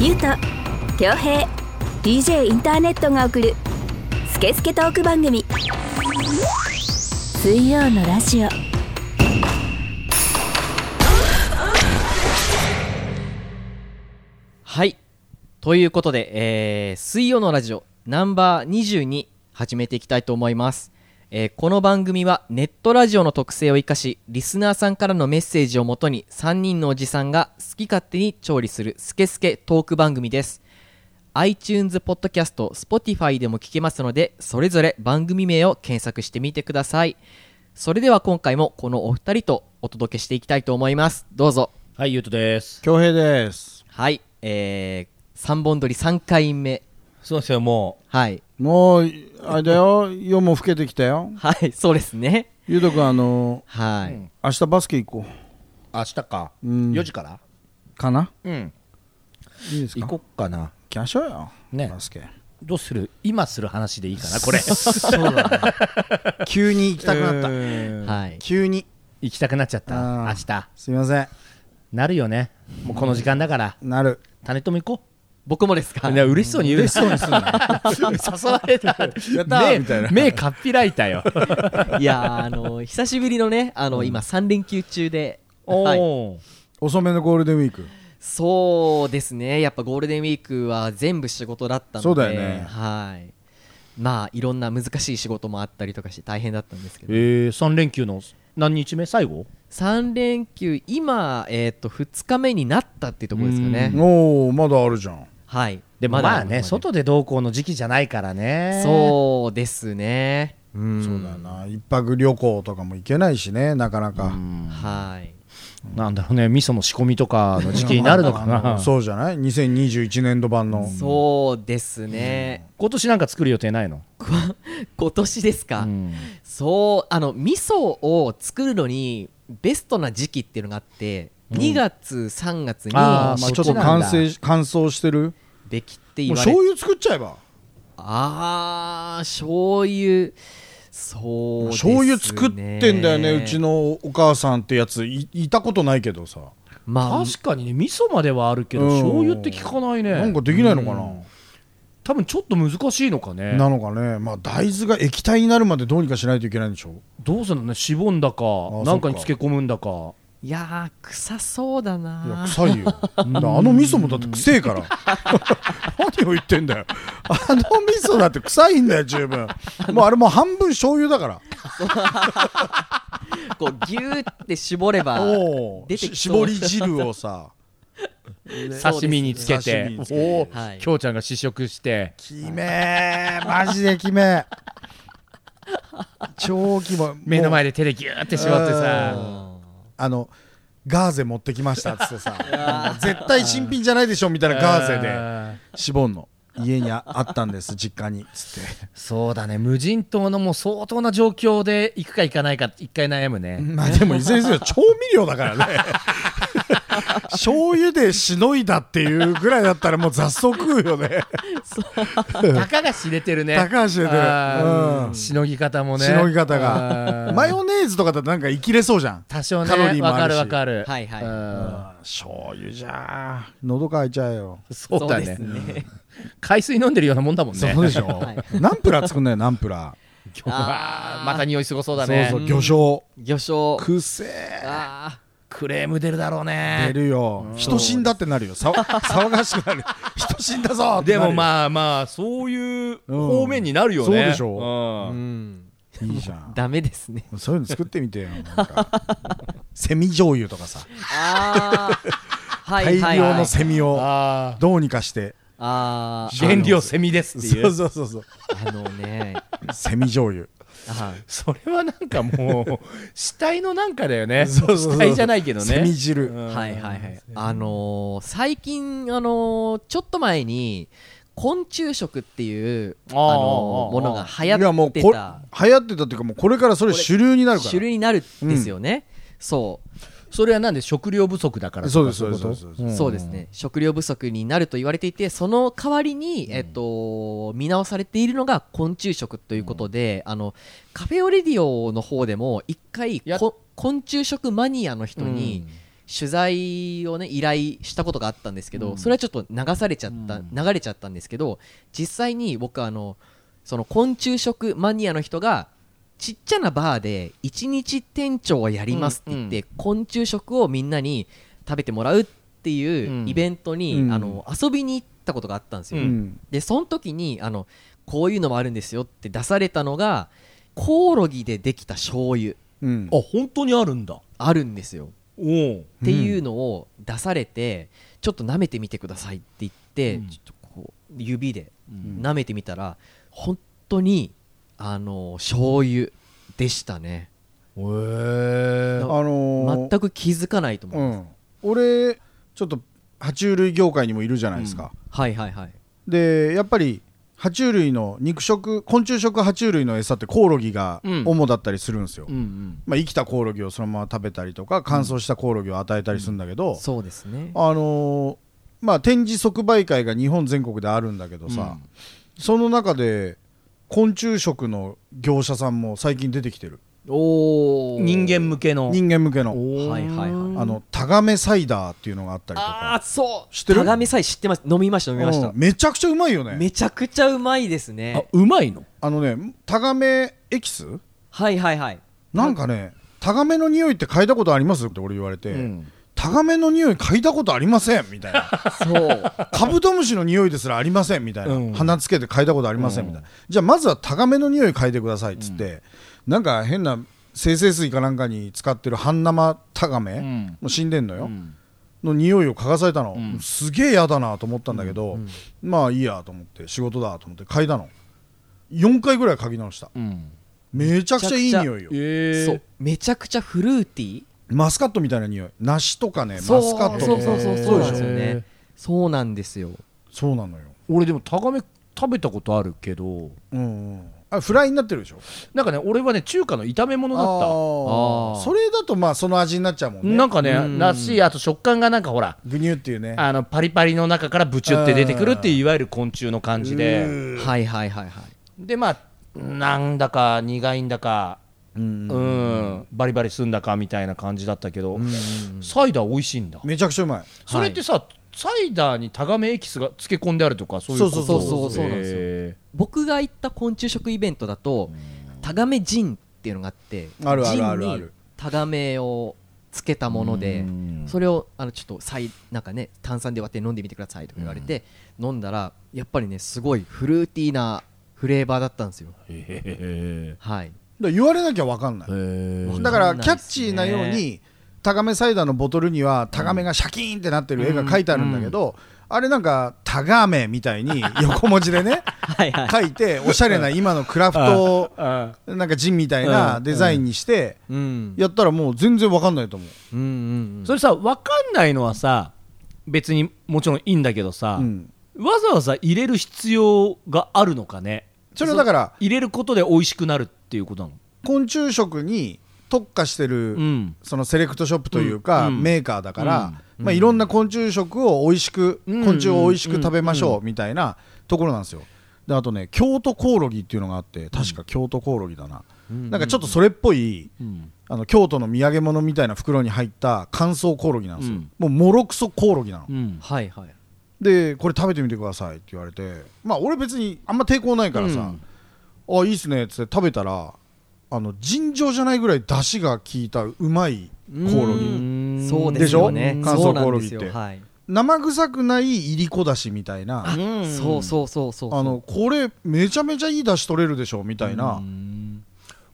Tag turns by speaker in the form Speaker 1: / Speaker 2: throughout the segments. Speaker 1: ゆうと恭平 DJ インターネットが送る「スケスケトーク番組」水曜のラジオ
Speaker 2: はいということで、えー水曜のラジオナンバー22始めていきたいと思います、えーこの番組はネットラジオの特性を生かしリスナーさんからのメッセージをもとに3人のおじさんが好き勝手に調理するスケスケトーク番組です iTunes ポッドキャスト Spotify でも聞けますのでそれぞれ番組名を検索してみてくださいそれでは今回もこのお二人とお届けしていきたいと思いますどうぞ
Speaker 3: はい、ゆうとです。
Speaker 4: 恭平です
Speaker 2: はい、えー、3本撮り3回目。
Speaker 3: そうですよ、も
Speaker 2: はい。
Speaker 4: もうあれだよ夜も更けてきたよ
Speaker 2: はい、そうですね。
Speaker 4: ゆうとくんあの
Speaker 2: はい。
Speaker 3: ん
Speaker 4: 明日バスケ行こ
Speaker 3: う。明日か。
Speaker 4: うん
Speaker 3: 4時から
Speaker 4: うかな
Speaker 3: うん。
Speaker 4: いいですか
Speaker 3: 行こっかな。
Speaker 4: きましょうよ
Speaker 3: ね
Speaker 4: バスケ
Speaker 3: どうする今する話でいいかな、 これ。
Speaker 4: 急に行き
Speaker 3: たくなった
Speaker 4: た
Speaker 2: はい。
Speaker 4: 急に
Speaker 3: 行きたくなっちゃった。
Speaker 4: あ
Speaker 3: 明
Speaker 4: ー
Speaker 3: 日。
Speaker 4: すいません
Speaker 3: なるよね。もうこの時間だから、
Speaker 4: なる
Speaker 3: 種とも 行こ
Speaker 2: 僕もですか
Speaker 3: う。いや、嬉しそうに言う。嬉しそうにする誘われた。
Speaker 4: やったーみたいな
Speaker 3: 目、目かっぴらいた よ。
Speaker 2: いやー、あのー久しぶりのね、あのー今3連休中で、はい。
Speaker 3: おー。
Speaker 4: 遅めのゴールデンウィーク
Speaker 2: そうですね。やっぱゴールデンウィークは全部仕事だったので、
Speaker 4: そうだよね
Speaker 2: はい。まあ、いろんな難しい仕事もあったりとかして大変だったんですけど、
Speaker 3: えー、3連休の何日目最後
Speaker 2: 3連休、今、えっ、と、2日目になったっていうところですかね。
Speaker 4: おおまだあるじゃん
Speaker 2: はい。
Speaker 3: でもまあ
Speaker 2: だ
Speaker 3: ね、
Speaker 2: だ
Speaker 3: 外で同行の時期じゃないからね。
Speaker 2: そうですね。うん。
Speaker 4: そうだよな一泊旅行とかも行けないしねなかなか
Speaker 2: はい。
Speaker 3: なんだろうね、味噌の仕込みとかの時期になるのか な。
Speaker 4: そうじゃない2021年度版の
Speaker 2: そうですね。
Speaker 3: 今年なんか作る予定ないの、
Speaker 2: 今年ですか、
Speaker 3: うん
Speaker 2: そうあの味噌を作るのにベストな時期っていうのがあって、2月3月
Speaker 3: あ
Speaker 4: まあ
Speaker 3: ー
Speaker 2: に
Speaker 4: ちょっ
Speaker 3: そっち
Speaker 4: と
Speaker 3: なん
Speaker 4: 完
Speaker 3: だ
Speaker 4: 成乾燥してる
Speaker 2: できって言
Speaker 4: もう
Speaker 2: われ
Speaker 4: 醤油作っちゃえば
Speaker 2: ああ醤油そうです、ね、
Speaker 4: 醤油作ってんだよねうち
Speaker 2: の
Speaker 4: のお母さんってやついいたことないけどさ
Speaker 2: まあ
Speaker 3: 確かにね味噌まではあるけど
Speaker 4: うん
Speaker 3: 醤油って聞かないね
Speaker 4: なんかできないのか
Speaker 3: うん
Speaker 4: な
Speaker 3: 多分ちょっと難しいのかね
Speaker 4: なのかねまあ大豆が液体になるまでどうにかしないといけないんでしょ
Speaker 3: どうするのねしぼんだか
Speaker 4: あ
Speaker 3: なんかに漬け込むんだか
Speaker 2: いやー臭そうだ
Speaker 4: いや
Speaker 2: な
Speaker 4: 臭いよだからあの味噌もだって臭えから何を言ってんだよあの味噌だって臭いんだよ十分もうあれもう半分醤油だから
Speaker 2: こうギューって絞れば
Speaker 4: お
Speaker 2: 出て
Speaker 4: うし
Speaker 2: きそう
Speaker 4: 絞り汁をさ
Speaker 3: 刺身につけて
Speaker 4: 刺身につけ
Speaker 3: お
Speaker 4: て
Speaker 3: お
Speaker 2: はい
Speaker 3: きょうちゃんが試食して
Speaker 4: きめーマジでき めー超きも
Speaker 3: 目の
Speaker 4: もう
Speaker 3: 前で手でギューって絞って
Speaker 4: うん
Speaker 3: さ
Speaker 4: あのガーゼ持ってきま したっつってさ絶対新品じゃないでしょみたいなガーゼで
Speaker 3: あー
Speaker 4: 絞んの家にああったん です実家につって
Speaker 3: そうだね無人島のもう相当な状況で行くか行かないか一回悩むね
Speaker 4: まあでもいずれにせよ調味料だからね 醤油でしのいだっていうぐらいだったらもう雑草食うよね
Speaker 3: たかが知れてるね
Speaker 4: 高橋で、
Speaker 3: あー
Speaker 4: うん
Speaker 3: しのぎ方もね
Speaker 4: しのぎ方が
Speaker 3: あー
Speaker 4: マヨネーズとかだとなんか生きれそうじゃん
Speaker 3: 多少ね
Speaker 4: カロリーも
Speaker 3: わ
Speaker 4: あ
Speaker 3: か
Speaker 4: る
Speaker 3: る
Speaker 4: し
Speaker 3: わかる
Speaker 2: はいはい
Speaker 3: うん
Speaker 4: あー醤油じゃあ喉乾いちゃうよ
Speaker 3: そうだ
Speaker 2: で
Speaker 3: ね
Speaker 2: すね
Speaker 3: 海水飲んでるようなもんだもんね
Speaker 4: そうでしょ、
Speaker 2: はい
Speaker 4: ナンプラー作んないよナンプラ
Speaker 3: うわーまた匂いすごそう
Speaker 4: ー
Speaker 3: だね
Speaker 4: そうそう魚醤
Speaker 2: 魚醤
Speaker 4: くせえ
Speaker 2: あー
Speaker 3: クレーム出るだろう
Speaker 4: 出
Speaker 3: ね
Speaker 4: るよ人死んだってなるよさわ 騒がしくなる人死んだぞ
Speaker 3: でも
Speaker 4: あ
Speaker 3: まあまあそういう方面になるよね、
Speaker 4: うんそうでし
Speaker 2: う
Speaker 3: ょ
Speaker 2: ん
Speaker 4: いいじゃん
Speaker 2: ダメですね
Speaker 4: そういうの作ってみてよなんかセミ醤油とかさ
Speaker 2: ああは
Speaker 4: 大
Speaker 2: いはい、はい、
Speaker 4: 量のセミを
Speaker 3: あ
Speaker 4: どうにかして
Speaker 2: あ
Speaker 3: あ
Speaker 2: ー
Speaker 3: 原料セミですってい
Speaker 4: そううそうそうそう
Speaker 2: あのね
Speaker 4: セミ醤油
Speaker 2: あ
Speaker 3: それはなんかもう死体のなんかだよ ね
Speaker 4: そうそうそう
Speaker 3: 死体じゃないけどね
Speaker 4: セミ汁
Speaker 3: うん
Speaker 2: はいはいはいあのー最近あのーちょっと前に昆虫食っていうあ
Speaker 3: あー
Speaker 2: のーものが流
Speaker 4: いや
Speaker 2: 行
Speaker 4: も
Speaker 2: っ
Speaker 4: う
Speaker 2: て
Speaker 4: これ
Speaker 2: た
Speaker 4: 流行ってたっていうかもうこれからそれ主流になるから
Speaker 2: 種類になるんですよね、そ
Speaker 3: それはなんで食料不足だからとか
Speaker 4: そうです
Speaker 3: いこと
Speaker 4: そうですそうですそう
Speaker 3: うん
Speaker 2: そうですね食料不足になると言われていてその代わりに、えっと、見直されているのが昆虫食ということで、あのカフェオレディオの方でも一回
Speaker 3: や
Speaker 2: こ昆虫食マニアの人に
Speaker 3: うん
Speaker 2: 取材をね依頼したことがあったんですけど、
Speaker 3: うん
Speaker 2: それはちょっと流されちゃった、
Speaker 3: うん
Speaker 2: 流れちゃったんですけど実際に僕はあのその昆虫食マニアの人がちっちゃなバーで一日店長をやりますって言って、昆虫食をみんなに食べてもらうっていううんイベントに、
Speaker 4: うん
Speaker 2: あの遊びに行ったことがあったんですよ、
Speaker 4: うん
Speaker 2: でその時にあのこういうのもあるんですよって出されたのがコオロギでできた醤油
Speaker 4: うん
Speaker 3: あ本当にあるんだ
Speaker 2: あるんですよ
Speaker 3: おお
Speaker 2: っていうのを出されて、ちょっと舐めてみてくださいって言って、
Speaker 3: うん
Speaker 2: ちょっとこう指で
Speaker 3: うん
Speaker 2: 舐めてみたら本当にあの醤油でしたね
Speaker 3: へえ
Speaker 4: あのー
Speaker 2: 全く気づかないと思う、
Speaker 4: うん俺ちょっと爬虫類業界にもいるじゃないですか、
Speaker 2: はいはいはい
Speaker 4: でやっぱり爬虫類の肉食昆虫食爬虫類の餌ってコオロギが
Speaker 3: うん
Speaker 4: 主だったりするんですよ、
Speaker 3: うん
Speaker 4: まあ、生きたコオロギをそのまま食べたりとか乾燥したコオロギを与えたりするんだけど、
Speaker 2: そうですね
Speaker 4: あのーまあ展示即売会が日本全国であるんだけどさ、その中で昆虫食の業者さんも最近出てきてる
Speaker 2: お
Speaker 3: う
Speaker 2: ー
Speaker 3: ん人間向けの
Speaker 4: 人間向けの
Speaker 3: おー
Speaker 2: はいはいはい
Speaker 4: あのタガメサイダーっていうのがあったりと
Speaker 2: あ
Speaker 4: か
Speaker 2: あそう
Speaker 4: 知ってる
Speaker 2: タガメさえ知ってます飲みました飲みました、
Speaker 4: うんめちゃくちゃうまいよね
Speaker 2: めちゃくちゃうまいです
Speaker 3: あ
Speaker 2: ね
Speaker 3: うまいの
Speaker 4: あのねタガメエキス
Speaker 2: はいはいはい
Speaker 4: なんかねタガメの匂いって嗅いだことありますって俺言われて、
Speaker 3: うん
Speaker 4: タガメの匂い嗅いだことありませんみたい な
Speaker 2: そう
Speaker 4: カブトムシの匂いですらありませんみたいな、
Speaker 3: うん
Speaker 4: 鼻つけて嗅いだことありませんみたいな、じゃあまずはタガメの匂い嗅いでくださいっつって、なんか変な生成水かなんかに使ってる半生タガメ、
Speaker 3: ん
Speaker 4: もう死んでんのよ、
Speaker 3: うん
Speaker 4: の匂いを嗅がされたの、
Speaker 3: うん
Speaker 4: すげえ嫌だなと思ったんだけど、
Speaker 2: うん
Speaker 4: まあいいやと思って仕事だと思って嗅いだの4回ぐらい嗅ぎ直した
Speaker 3: うん
Speaker 4: めちゃくちゃいい匂いよ
Speaker 3: え
Speaker 2: そうめちゃくちゃフルーティー
Speaker 4: マスカットみたいな匂い梨とかねマス
Speaker 2: そ
Speaker 4: カ
Speaker 2: う
Speaker 4: ット
Speaker 2: そ
Speaker 4: と
Speaker 2: う
Speaker 4: か
Speaker 2: そうそうそうなんですよ
Speaker 3: へ
Speaker 2: ね
Speaker 3: ー
Speaker 2: そうなんですよ
Speaker 4: そうなのよ
Speaker 3: 俺でもタガメ食べたことあるけど
Speaker 4: うんうんあれフライになってるでしょ
Speaker 3: なんかね俺はね中華の炒め物だっ
Speaker 2: あー
Speaker 4: それだとまあその味になっちゃうも
Speaker 3: た
Speaker 4: んね
Speaker 3: なんかね
Speaker 2: うん
Speaker 3: 梨あと食感がなんかほら
Speaker 4: グニュっていうね
Speaker 3: あのパリパリの中からブチュって出てくるっていういわゆる昆虫の感じ
Speaker 4: う
Speaker 3: で
Speaker 4: ー
Speaker 2: はいはいはいはい
Speaker 3: でまあなんだか苦いんだか
Speaker 4: うん
Speaker 3: うん、バリバリすんだかみたいな感じだったけど、
Speaker 2: うん
Speaker 3: サイダー美味しいんだ、
Speaker 4: めちゃくちゃうまい
Speaker 3: それってさサイダーにタガメエキスが漬け込んであるとかそういうこと
Speaker 4: そうそう
Speaker 2: そうそうそうなんですよ
Speaker 3: へ
Speaker 2: 僕が行った昆虫食イベントだとタガメジンっていうのがあって
Speaker 4: あるあるあるある
Speaker 2: ジンにタガメをつけたもので
Speaker 3: うん
Speaker 2: それをあのちょっとさいなんかね炭酸で割って飲んでみてくださいとか言われて飲んだらやっぱりねすごいフルーティーなフレーバーだったんですよ
Speaker 3: えへ
Speaker 2: はい
Speaker 4: だから言われなきゃ分かんない
Speaker 3: えへえ
Speaker 4: だから
Speaker 2: そうなんです
Speaker 4: キ
Speaker 2: ね
Speaker 4: ャッチーなようにタガメサイダーのボトルにはタガメがシャキーンってなってる絵が書いてあるんだけど、あれなんかタガメみたい に横文字でね
Speaker 2: はいはい
Speaker 4: 書いておしゃれな今のクラフト
Speaker 3: あ
Speaker 4: なんかジンみたいなデザインにして
Speaker 2: うん
Speaker 4: やったらもう全然わかんないと思う、
Speaker 2: うんうん
Speaker 3: それさ分かんないのはさ別にもちろんいいんだけどさ、
Speaker 4: うん
Speaker 3: わざわざ入れる必要があるのかね
Speaker 4: それはだから
Speaker 3: 入れることで美味しくなるっていうことなの
Speaker 4: 昆虫食に特化してる、
Speaker 3: うん
Speaker 4: そのセレクトショップというか、
Speaker 3: うんうん
Speaker 4: メーカーだから、まあ、いろんな昆虫食を美味しく、
Speaker 3: うん
Speaker 4: 昆虫を美味しく食べましょうみたいなところなんですよであとね京都コオロギっていうのがあって確か京都コオロギだな、
Speaker 2: うん
Speaker 4: なんかちょっとそれっぽい
Speaker 3: うん
Speaker 4: あの京都の土産物みたいな袋に入った乾燥コオロギなんですよ、
Speaker 3: うん
Speaker 4: もうもろくそコオロギなの、
Speaker 3: うん
Speaker 2: はいはい
Speaker 4: でこれ食べてみてくださいって言われてまあ俺別にあんま抵抗ないからさ、あいいっすねっつって食べたらあの尋常じゃないぐらい出汁が効いたうまいコオロギ
Speaker 2: うんそうですよね
Speaker 4: でしょ乾燥
Speaker 2: そうなん
Speaker 4: コオロ
Speaker 2: で
Speaker 4: ギ
Speaker 2: す
Speaker 4: って
Speaker 2: よはい
Speaker 4: 生臭くないいりこだしみたいなあ
Speaker 3: うん
Speaker 2: そうそうそうそうそう
Speaker 4: のこれめちゃめちゃいいだし取れるでしょみたいな、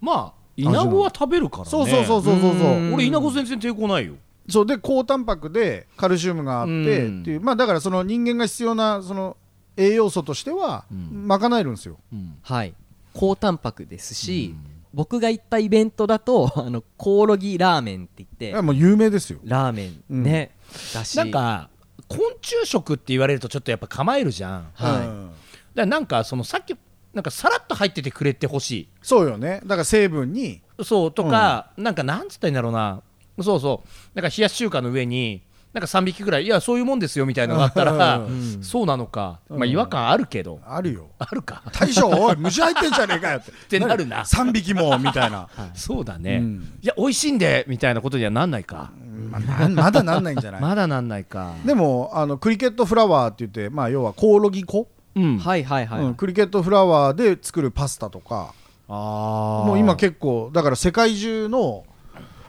Speaker 3: まあ稲子は食べるからね
Speaker 4: そうそうそうそうそうそううん
Speaker 3: 俺稲子全然抵抗ないよ
Speaker 4: そうで高タンパクでカルシウムがあって
Speaker 3: うん
Speaker 4: っていうまあだからその人間が必要なその栄養素としては
Speaker 3: うん
Speaker 4: 賄えるんですよ、
Speaker 2: はい高タンパクですし、僕が行ったイベントだと あのコオロギラーメンって言って
Speaker 4: もう有名ですよ
Speaker 2: ラーメン
Speaker 4: うん
Speaker 2: ね、だし
Speaker 3: なんか昆虫食って言われるとちょっとやっぱ構えるじゃんだか
Speaker 2: はい
Speaker 4: うん
Speaker 3: らなんかそのさっきなんかさらっと入っててくれてほし
Speaker 4: そうよねだから成分に
Speaker 3: いそうとか、なんかなんつったらいいんだろうなそうそうなんか冷やし中華の上になんか3匹ぐらいいやそういうもんですよみたいなのがあったら、
Speaker 2: ん
Speaker 3: そうなのか、
Speaker 4: うん
Speaker 3: まあ違和感あるけど
Speaker 4: あるよ
Speaker 3: あるかっ
Speaker 4: 大将おい虫入ってんじゃねえかよって
Speaker 3: てなるな
Speaker 4: 3匹もみたいな、
Speaker 3: そうだね、
Speaker 4: うん
Speaker 3: いや美味しいんでみたいなことにはなんないか、
Speaker 4: まあなまだなんないんじゃない、
Speaker 3: まだなんないか
Speaker 4: でもあのクリケットフラワーって言って、まあ、要はコオロギ粉、
Speaker 3: うん
Speaker 2: はいはいはい、
Speaker 4: うんクリケットフラワーで作るパスタとか
Speaker 3: あー
Speaker 4: もう今結構だから世界中の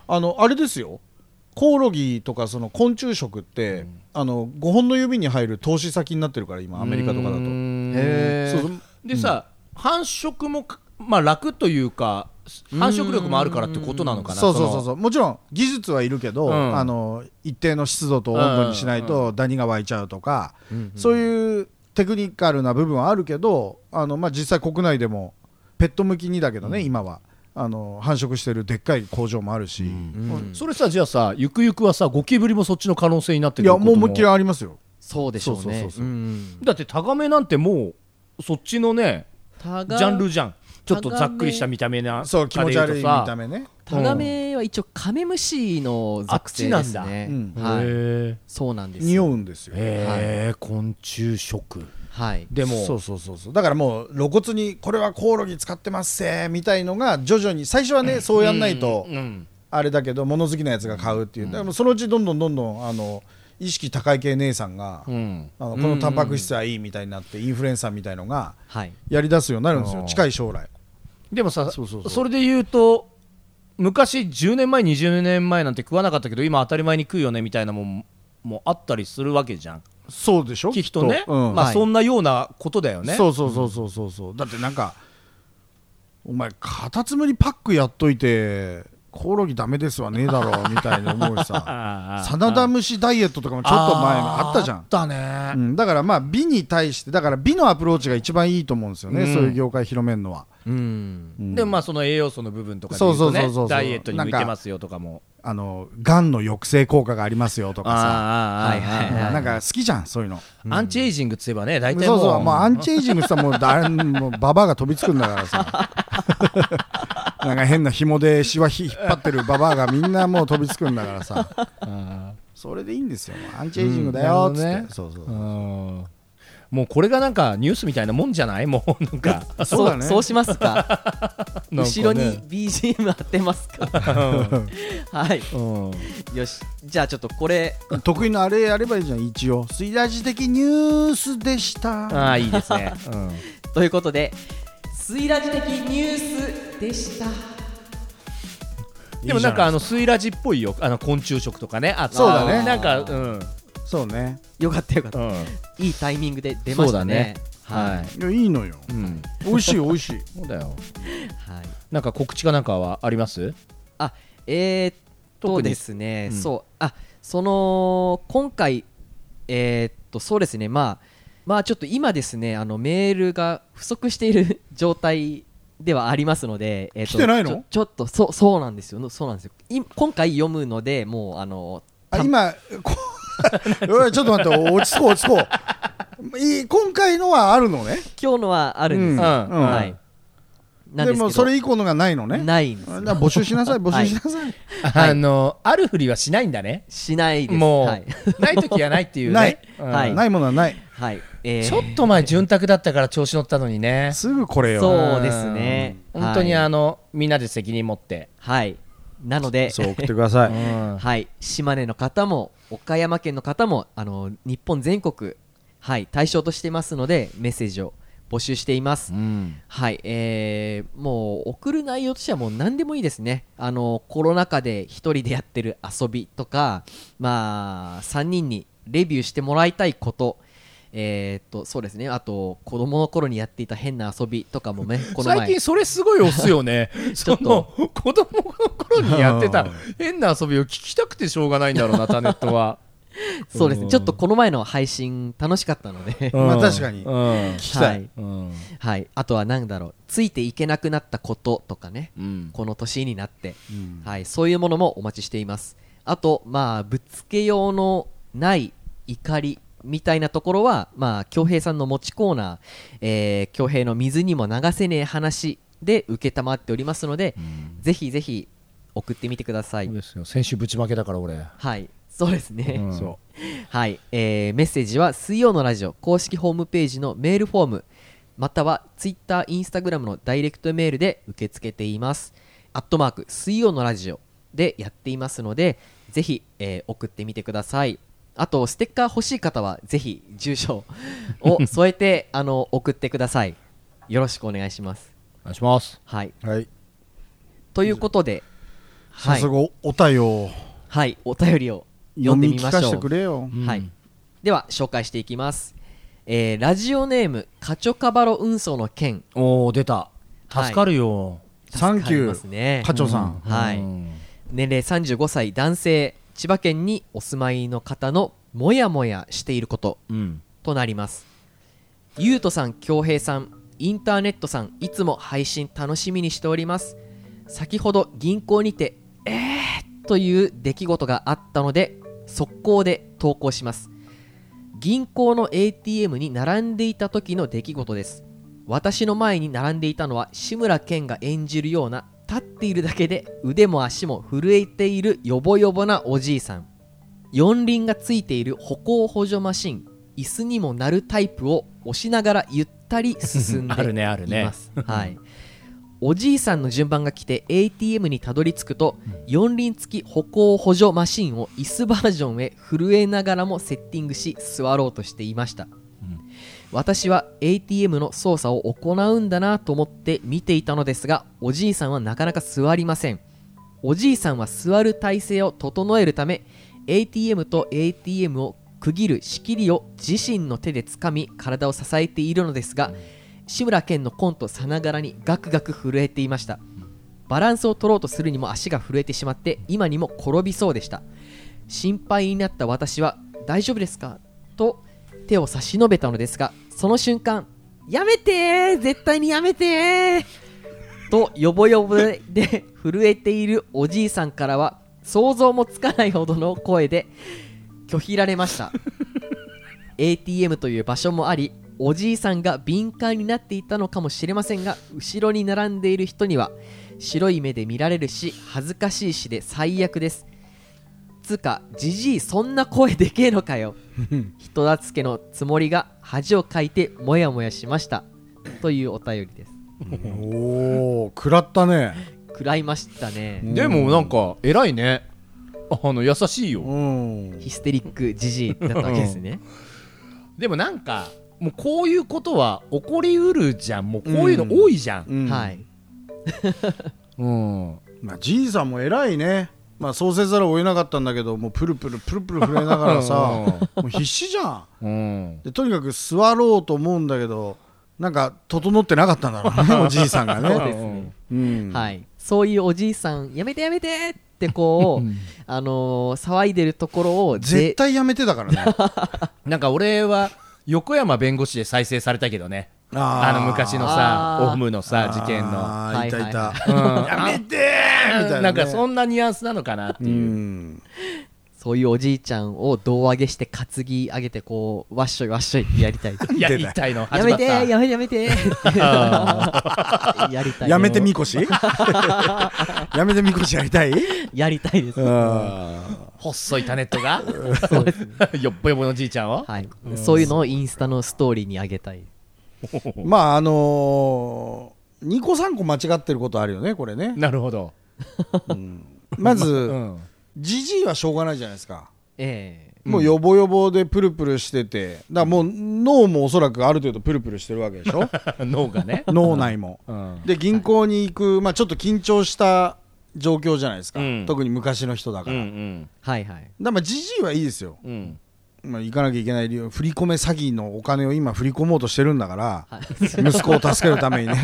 Speaker 4: あのあれですよコオロギとかその昆虫食って、あの5本の指に入る投資先になってるから今アメリカとかだ
Speaker 3: う
Speaker 4: と
Speaker 3: ーん
Speaker 2: へ
Speaker 4: そうそう
Speaker 3: でさ、繁殖もかまあ楽というか繁殖力もあるからってことなのかな
Speaker 4: そうそうそう
Speaker 3: そ
Speaker 4: そうもちろん技術はいるけど、
Speaker 3: うん
Speaker 4: あの一定の湿度と温度にしないとダニが湧いちゃうとか、
Speaker 2: うん
Speaker 4: そういうテクニカルな部分はあるけどあの、まあ、実際国内でもペット向きにだけどね、今はあの繁殖してるでっかい工場もあるし、
Speaker 2: うん
Speaker 3: のそれさじゃあさゆくゆくはさゴキブリもそっちの可能性になってく
Speaker 4: い
Speaker 3: る
Speaker 4: や
Speaker 3: こと
Speaker 4: も
Speaker 3: も
Speaker 4: う思いっきりありますよ
Speaker 2: そうでしょうね
Speaker 4: そうそうそうそう
Speaker 2: うん
Speaker 3: だってタガメなんてもうそっちのね
Speaker 2: ジ
Speaker 3: ジャ
Speaker 2: ャ
Speaker 3: ンルじゃんちょっとざっくりした見た目な
Speaker 4: そう気持ち悪い見た
Speaker 3: 目
Speaker 4: 目ね、
Speaker 2: タガメは一応カメムシの属性です
Speaker 3: あっち
Speaker 2: ね
Speaker 4: なんだ
Speaker 2: はい、
Speaker 3: へ
Speaker 2: そうなんです
Speaker 4: 匂
Speaker 2: よ
Speaker 4: うんですよ
Speaker 3: え昆虫食
Speaker 2: はい
Speaker 3: でも
Speaker 4: そうそうそうそうだからもう露骨にこれはコオロギ使ってますせーみたいのが徐々に最初はねそうやんないと、
Speaker 3: うん
Speaker 4: あれだけど物好きなやつが買うっていう、でもそのうちどんどんどんどんあの意識高い系姉さんが、
Speaker 3: うん
Speaker 4: あのこのタンパク質はいいみたいになってインフルエンサーみたいのが
Speaker 2: はい
Speaker 4: やりだすようになるんです
Speaker 3: う
Speaker 4: よ
Speaker 3: ん
Speaker 4: 近い将来
Speaker 3: でもさ
Speaker 4: そうそうそう
Speaker 3: それで言うと昔10年前20年前なんて食わなかったけど今当たり前に食うよねみたいなもんもあったりするわけじゃん
Speaker 4: そうでしょ
Speaker 3: きっとね
Speaker 4: うん
Speaker 3: ま
Speaker 2: は
Speaker 3: あ
Speaker 2: い
Speaker 3: そんなようなことだよね
Speaker 4: そうそうそうそうそうそうだってなんかお前カタツムリパックやっといてコオロギダメですわねえだろうみたいに思うしさ
Speaker 3: ああ
Speaker 4: サナダムシダイエットとかもちょっと前あったじゃ
Speaker 3: あ
Speaker 4: ん
Speaker 3: ったね
Speaker 4: うん、だからまあ美に対してだから美のアプローチが一番いいと思うんですよね、
Speaker 3: うん
Speaker 4: そういう業界広めるのは、
Speaker 2: うん
Speaker 4: うん
Speaker 3: でもまあその栄養素の部分とかで言うとね
Speaker 4: そうそうそうそう
Speaker 3: ダイエットに向いてますよとかも
Speaker 4: あのがんの抑制効果がありますよとかさ
Speaker 3: あ
Speaker 2: ーあーあー
Speaker 4: うんなんか好きじゃんそういうの
Speaker 3: アンチエイジングっつえばね大
Speaker 4: そう
Speaker 3: 体
Speaker 4: そうもう
Speaker 3: も
Speaker 4: アンチエイジングしたらもう誰もババアが飛びつくんだから さなんか変な紐でしわひ引っ張ってるババアがみんなもう飛びつくんだからさそれでいいんですよアンチエイジングだよっつっ
Speaker 3: う
Speaker 4: て、
Speaker 3: んなるほどね
Speaker 4: そうそう
Speaker 3: う、んもうこれがなんかニュースみたいなもんじゃないもうなん か
Speaker 4: そうだね
Speaker 2: そうします か
Speaker 3: なんかね
Speaker 2: 後ろに BGM 当てますか はい
Speaker 3: うん
Speaker 2: よしじゃあちょっとこれ
Speaker 4: 得意のあれやればいいじゃん一応「水ラジ的ニュースでした」
Speaker 3: ああいいですね
Speaker 2: ということで水ラジ的ニュースでした
Speaker 3: でもなんかあのスイラジっぽいよあの昆虫食とかねあった
Speaker 4: そうだね
Speaker 3: なんかうん
Speaker 4: そうね
Speaker 2: よかったよかった
Speaker 3: うん
Speaker 2: いいタイミングで出ま
Speaker 3: そう
Speaker 2: し
Speaker 3: だ
Speaker 2: たね
Speaker 3: ねはい
Speaker 4: やいいのよ
Speaker 3: いうん
Speaker 4: 美味しい美味しい
Speaker 3: そうだよ
Speaker 2: はい
Speaker 3: なんか告知かなんかはあります
Speaker 2: あえー、っと
Speaker 3: 特に
Speaker 2: ですね、
Speaker 3: うん
Speaker 2: そうあその今回えー、っとそうですねまあまあちょっと今ですねあのメールが不足している 状態ではありますので、えーっと
Speaker 4: 来てないの
Speaker 2: ちょちょっとそうそうなんですよそうなんですよい今回読むのでもうあの
Speaker 4: あ
Speaker 2: た
Speaker 4: 今こ おいちょっと待って落ち着こう落ち着こういい今回のはあるのね
Speaker 2: 今日のはあるんですよ、
Speaker 3: うんうん
Speaker 2: はいなんですけど
Speaker 4: もそれ以降のがないのね
Speaker 2: ないんです
Speaker 4: あだから募集しなさい募集しなさい、
Speaker 2: はい
Speaker 3: あのあるふりはしないんだね
Speaker 2: しないです
Speaker 3: もう、
Speaker 2: はい、
Speaker 3: ない時はないっていうね
Speaker 4: ない
Speaker 3: うん
Speaker 2: はい
Speaker 4: ないものはない
Speaker 2: はいえー
Speaker 3: ちょっと前潤沢だったから調子乗ったのにね
Speaker 4: すぐこれよ
Speaker 2: そうですね
Speaker 3: うん本当に
Speaker 2: はい
Speaker 3: あのみんなで責任持って
Speaker 2: はいなので
Speaker 4: そう送ってくださ
Speaker 3: う
Speaker 4: い
Speaker 3: ん
Speaker 2: はい、島根の方も岡山県の方もあの日本全国、はい、対象としていますのでメッセージを募集しています、はいえーもう送る内容としてはもう何でもいいですねあのコロナ禍で1人でやってる遊びとか、まあ、3人にレビューしてもらいたいことえーっとそうですねあと子供の頃にやっていた変な遊びとかもねこの前
Speaker 3: 最近それすごい押すよ ね
Speaker 2: ちょ
Speaker 3: そ
Speaker 2: っ
Speaker 3: の
Speaker 2: と
Speaker 3: 子供の頃にやってた
Speaker 4: うん
Speaker 3: 変な遊びを聞きたくてしょうがないんだろうなタネットは
Speaker 2: そうですね
Speaker 3: うん
Speaker 2: ちょっとこの前の配信楽しかったので
Speaker 4: まあ確か に
Speaker 3: うん
Speaker 4: 聞きた、
Speaker 2: はいい
Speaker 3: うん
Speaker 2: はい、あとは何だろうついていけなくなったこととかね
Speaker 3: うん
Speaker 2: この年になって、
Speaker 4: うん
Speaker 2: はい、そういうものもお待ちしていますあとまあぶつけようのない怒りみたいなところはまあ恭平さんの持ちコーナー、えー、恭平の水にも流せねえ話で承っておりますので、ぜひぜひ送ってみてください
Speaker 3: そうですよ先週ぶちまけだから俺、
Speaker 2: はいそうですね、
Speaker 3: うん
Speaker 4: そ
Speaker 2: はい、えーメッセージは水曜のラジオ公式ホームページのメールフォームまたはツイッター、インスタグラムのダイレクトメールで受け付けています。アットマーク水曜のラジオでやっていますのでぜひ、えー送ってみてください。あとステッカー欲しい方はぜひ住所を 添えてあの送ってください。よろしくお願いします。
Speaker 3: お願いします
Speaker 2: はい、
Speaker 4: うはい
Speaker 2: ということで、
Speaker 4: 早
Speaker 2: はい
Speaker 4: 速、おお便りを
Speaker 2: はい、お便りを読
Speaker 4: 読
Speaker 2: んで
Speaker 4: み
Speaker 2: み
Speaker 4: 聞
Speaker 2: ましょ
Speaker 4: か
Speaker 2: う。
Speaker 4: せてくれよ
Speaker 3: うん
Speaker 2: はい、では紹介していきます、えーラジオネームカチョカバロ運送の件
Speaker 3: おお出た
Speaker 2: はい
Speaker 3: 助かるよ、
Speaker 4: サンキ
Speaker 2: 助かり
Speaker 4: ュ
Speaker 2: ます
Speaker 4: ー
Speaker 2: ね
Speaker 4: 課長さん
Speaker 2: うんはい
Speaker 3: うん
Speaker 2: 年齢35歳男性千葉県にお住まいの方のモヤモヤしていること
Speaker 3: うん
Speaker 2: となりますゆうとさん恭平さんインターネットさんいつも配信楽しみにしております先ほど銀行にてえーという出来事があったので速攻で投稿します銀行の ATM に並んでいた時の出来事です私の前に並んでいたのは志村けんが演じるような立っているだけで腕も足も震えているヨボヨボなおじいさん四輪がついている歩行補助マシン椅子にもなるタイプを押しながらゆったり進んで
Speaker 3: あるねあるね
Speaker 2: います、はい、おじいさんの順番が来て ATM にたどり着くと四輪付き歩行補助マシンを椅子バージョンへ震えながらもセッティングし座ろうとしていました、私は ATM の操作を行うんだなと思って見ていたのですがおじいさんはなかなか座りませんおじいさんは座る体勢を整えるため ATM と ATM を区切る仕切りを自身の手で掴み体を支えているのですが、志村けんのコントさながらにガクガク震えていましたバランスを取ろうとするにも足が震えてしまって今にも転びそうでした心配になった私は「大丈夫ですか?」と手を差し伸べたのですがその瞬間「やめてー絶対にやめてー!」とヨボヨボで震えているおじいさんからは想像もつかないほどの声で拒否られました ATM という場所もありおじいさんが敏感になっていたのかもしれませんが後ろに並んでいる人には白い目で見られるし恥ずかしいしで最悪ですつうかじじいそんな声でけえの かよ人助けのつもりが恥をかいてモヤモヤしましたというお便りです
Speaker 4: おお食らったね
Speaker 2: 食らいましたね
Speaker 3: でもなんか偉いねあの優しいよ
Speaker 4: うん
Speaker 2: ヒステリックじじいだったわけですね
Speaker 3: でもなんかもうこういうことは起こりうるじゃんもうこういうの多いじゃん
Speaker 2: はい
Speaker 3: うん、
Speaker 4: まあじいさんも偉いねまあそうせざるを得なかったんだけどもうプルプルプルプル震えながらさもう必死じゃん
Speaker 3: うん、
Speaker 4: でとにかく座ろうと思うんだけどなんか整ってなかったんだろうねおじいさんが
Speaker 2: そう
Speaker 4: ね、
Speaker 2: ですね
Speaker 4: うん
Speaker 2: はい、そういうおじいさんやめてやめてってこうあのー騒いでるところを
Speaker 4: 絶
Speaker 2: ぜ
Speaker 4: 対やめてだからね あ
Speaker 3: なんか俺は横山弁護士で再生されたけどね
Speaker 4: ー
Speaker 3: あの昔のさ
Speaker 2: あー
Speaker 3: オウムのさ事件の、
Speaker 4: あーいたいた、
Speaker 3: うん、
Speaker 4: やめてーみたいな、ね、
Speaker 3: なんかそんなニュアンスなのかなって
Speaker 4: う
Speaker 3: いう、
Speaker 4: ん
Speaker 2: そういうおじいちゃんを胴上げして担ぎ上げてこうわっしょいわっしょいってやりたい
Speaker 3: やりたいの
Speaker 2: や
Speaker 3: 始ま
Speaker 2: め
Speaker 3: ってた
Speaker 2: やめてやめて やりたい
Speaker 4: やめてみ こしやめてみこしやりたい
Speaker 2: やりたいです、
Speaker 4: あ
Speaker 3: 細いタネットが
Speaker 2: そうですね
Speaker 3: よっぽよぼのじいちゃんを、
Speaker 2: はい、そういうのをインスタのストーリーに上げたい
Speaker 4: ーまああのー、2個3個間違ってることあるよねこれね
Speaker 3: なるほど、
Speaker 4: まず、
Speaker 3: うん、
Speaker 4: じじいはしょうがないじゃないですか
Speaker 2: ええ
Speaker 4: もうヨボヨボでプルプルしててだからもう脳もおそらくある程度プルプルしてるわけで しょ
Speaker 3: 脳がね、
Speaker 4: 脳内も
Speaker 3: うん、
Speaker 4: で銀行に行く、まあ、ちょっと緊張した状況じゃないですか、
Speaker 3: うん
Speaker 4: 特に昔の人だ
Speaker 3: う
Speaker 4: から、だか
Speaker 3: ん
Speaker 2: はいはい
Speaker 4: らまあじじいはいいですよ、
Speaker 3: うんうん
Speaker 4: まあ、行かなきゃいけない理由振り込め詐欺のお金を今振り込もうとしてるんだから、
Speaker 2: はい
Speaker 4: 息子を助けるため にね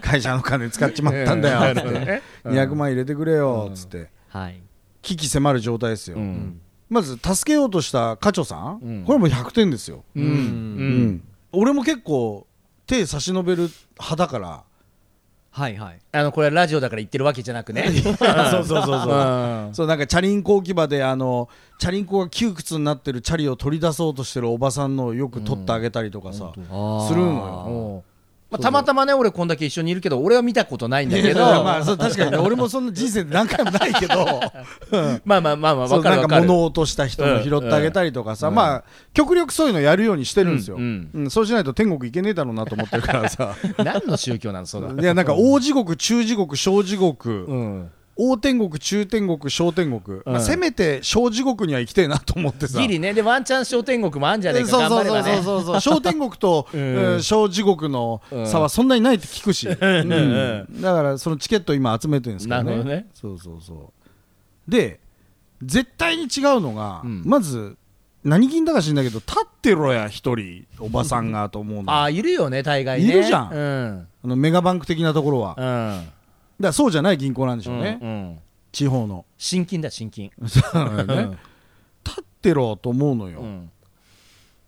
Speaker 4: 会社の金使っちまったんだよっつって、200万入れてくれよっつって、
Speaker 2: はい
Speaker 4: 危機迫る状態ですよ、
Speaker 3: うん
Speaker 4: まず助けようとした課長さん、
Speaker 3: うん
Speaker 4: これも100点ですよ、
Speaker 3: うんう
Speaker 4: うん
Speaker 3: ん
Speaker 4: 俺も結構手差し伸べる派だから
Speaker 2: はいはい
Speaker 3: あのこれはラジオだから言ってるわけじゃなくね
Speaker 4: そうそうそうそう
Speaker 3: うん
Speaker 4: そうなんかチャリンコ置き場であのチャリンコが窮屈になってるチャリを取り出そうとしてるおばさんのをよく取ってあげたりとかさ、
Speaker 2: あー
Speaker 4: するのよ
Speaker 3: おうまあ、たまたまね俺こんだけ一緒にいるけど俺は見たことないんだけど
Speaker 5: まあそう確かにね俺もそんな人生で何回もない けど
Speaker 3: まあまあまあまあ
Speaker 4: そう
Speaker 3: 分かる
Speaker 4: なん
Speaker 3: 分
Speaker 4: か
Speaker 3: かる
Speaker 4: 物落とした人も拾ってあげたりとかさ、まあ極力そういうのやるようにしてるんですよ、
Speaker 3: う
Speaker 4: うんんそうしないと天国行けねえだろうなと思ってるからさ
Speaker 3: 何の宗教なのそうだ
Speaker 4: いやなんか大地獄中地獄小地獄、
Speaker 3: うん
Speaker 4: 大天国中天国小天国、まあ、せめて小地獄には行きてえなと思ってさ
Speaker 3: ギリねでワンチャン小天国もあんじゃねえか
Speaker 4: そう
Speaker 3: 頑
Speaker 4: そ
Speaker 3: 張
Speaker 4: う
Speaker 3: れ
Speaker 4: そ
Speaker 3: ば
Speaker 4: うそう
Speaker 3: ね
Speaker 4: そう そう小天国と、えー小地獄の差はそんなにないって聞くし、うんだからそのチケット今集めてるんですけどね
Speaker 3: なるほどね
Speaker 4: そうそうそうで絶対に違うのが、
Speaker 3: ん
Speaker 4: まず何銀だか知んだけど立ってろや一人おばさんがと思うの
Speaker 3: あ
Speaker 4: あ
Speaker 3: あいるよね大概ね
Speaker 4: いるじゃん
Speaker 3: うん
Speaker 4: のメガバンク的なところはだ
Speaker 3: う
Speaker 4: か
Speaker 3: ん
Speaker 4: らそうじゃない銀行なんでしょうね、
Speaker 3: うん
Speaker 4: 地方の
Speaker 3: 新金だ新金
Speaker 4: そうね立ってろと思うのよ、
Speaker 3: うん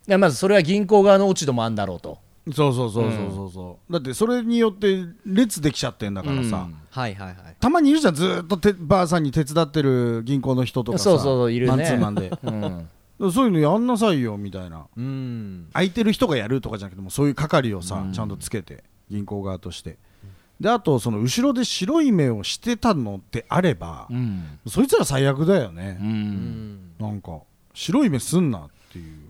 Speaker 3: いやまずそれは銀行側の落ち度もあんだろうと
Speaker 4: そうそうそうそうそうそうだってそれによって列できちゃってんだからさ、
Speaker 3: うん
Speaker 2: はいはいはい
Speaker 4: たまにいるじゃんずーっとてばあさんに手伝ってる銀行の人とかさ
Speaker 3: そうそうそういるね
Speaker 4: マンツーマン で
Speaker 3: うん
Speaker 4: そういうのやんなさいよみたいな
Speaker 2: うん
Speaker 4: 空いてる人がやるとかじゃなくてもうそういう係をさ、ちゃんとつけて銀行側としてであとその後ろで白い目をしてたのであれば、
Speaker 3: うん
Speaker 4: そいつら最悪だよ
Speaker 3: う
Speaker 4: ね、
Speaker 2: うんん
Speaker 4: なんか白い目すんなっていう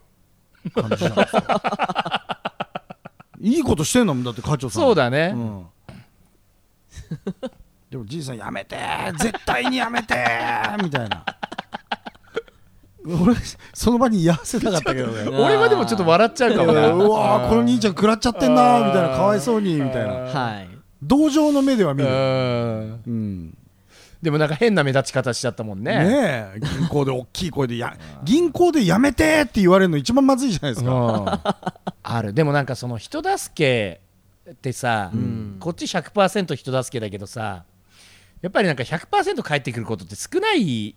Speaker 4: 感じじゃないですか いいことしてんだもんだって課長さん
Speaker 3: そうだね
Speaker 4: うん、 でもじいさんやめて絶対にやめてみたいな俺その場に居合わせたかったけど ね
Speaker 3: 俺はでもちょっと笑っちゃうか
Speaker 4: う
Speaker 3: もな
Speaker 4: わーこの兄ちゃん食らっちゃってんなーみたいなかわいそうにみたいな
Speaker 2: はい
Speaker 4: 同情の目では見る、
Speaker 3: うん
Speaker 4: うん、ね
Speaker 3: でもなんか変な目立ち方しちゃったもんね
Speaker 4: え銀行で大きい声でや銀行でやめてーって言われるの一番まずいじゃないですか、
Speaker 3: あるでもなんかその人助けってさ、こっち100%人助けだけどさやっぱりなんか100%返ってくることって少ない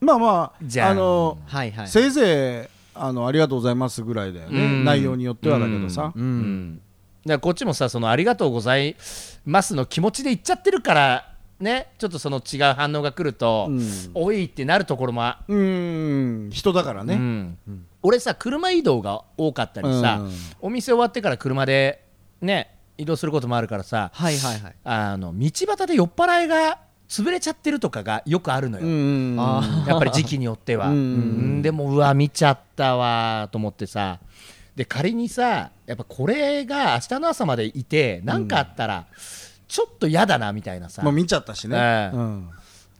Speaker 4: まあま
Speaker 3: じ
Speaker 4: あ
Speaker 3: ゃん
Speaker 4: あの
Speaker 2: はいはい
Speaker 4: せいぜいあのありがとうございますぐらいだよね、
Speaker 3: うん
Speaker 4: 内容によってはだけどさ、
Speaker 2: う
Speaker 3: うんん、だからこっちもさそのありがとうございますの気持ちで言っちゃってるからねちょっとその違う反応が来ると、
Speaker 4: うん
Speaker 3: おいってなるところもあ
Speaker 4: うーん人だからね、
Speaker 3: うん俺さ車移動が多かったりさ、
Speaker 4: うん
Speaker 3: お店終わってから車でね移動することもあるからさ
Speaker 2: はいはいはい
Speaker 3: あの道端で酔っ払いが潰れちゃってるとかがよくあるのよ、
Speaker 4: うん
Speaker 2: あ
Speaker 3: やっぱり時期によっては、
Speaker 4: うん
Speaker 3: うんでもうわ見ちゃったわと思ってさで仮にさやっぱこれが明日の朝までいて何かあったら、ちょっと嫌だなみたいなさ
Speaker 4: もう見ちゃったしね、
Speaker 3: ええ
Speaker 4: うん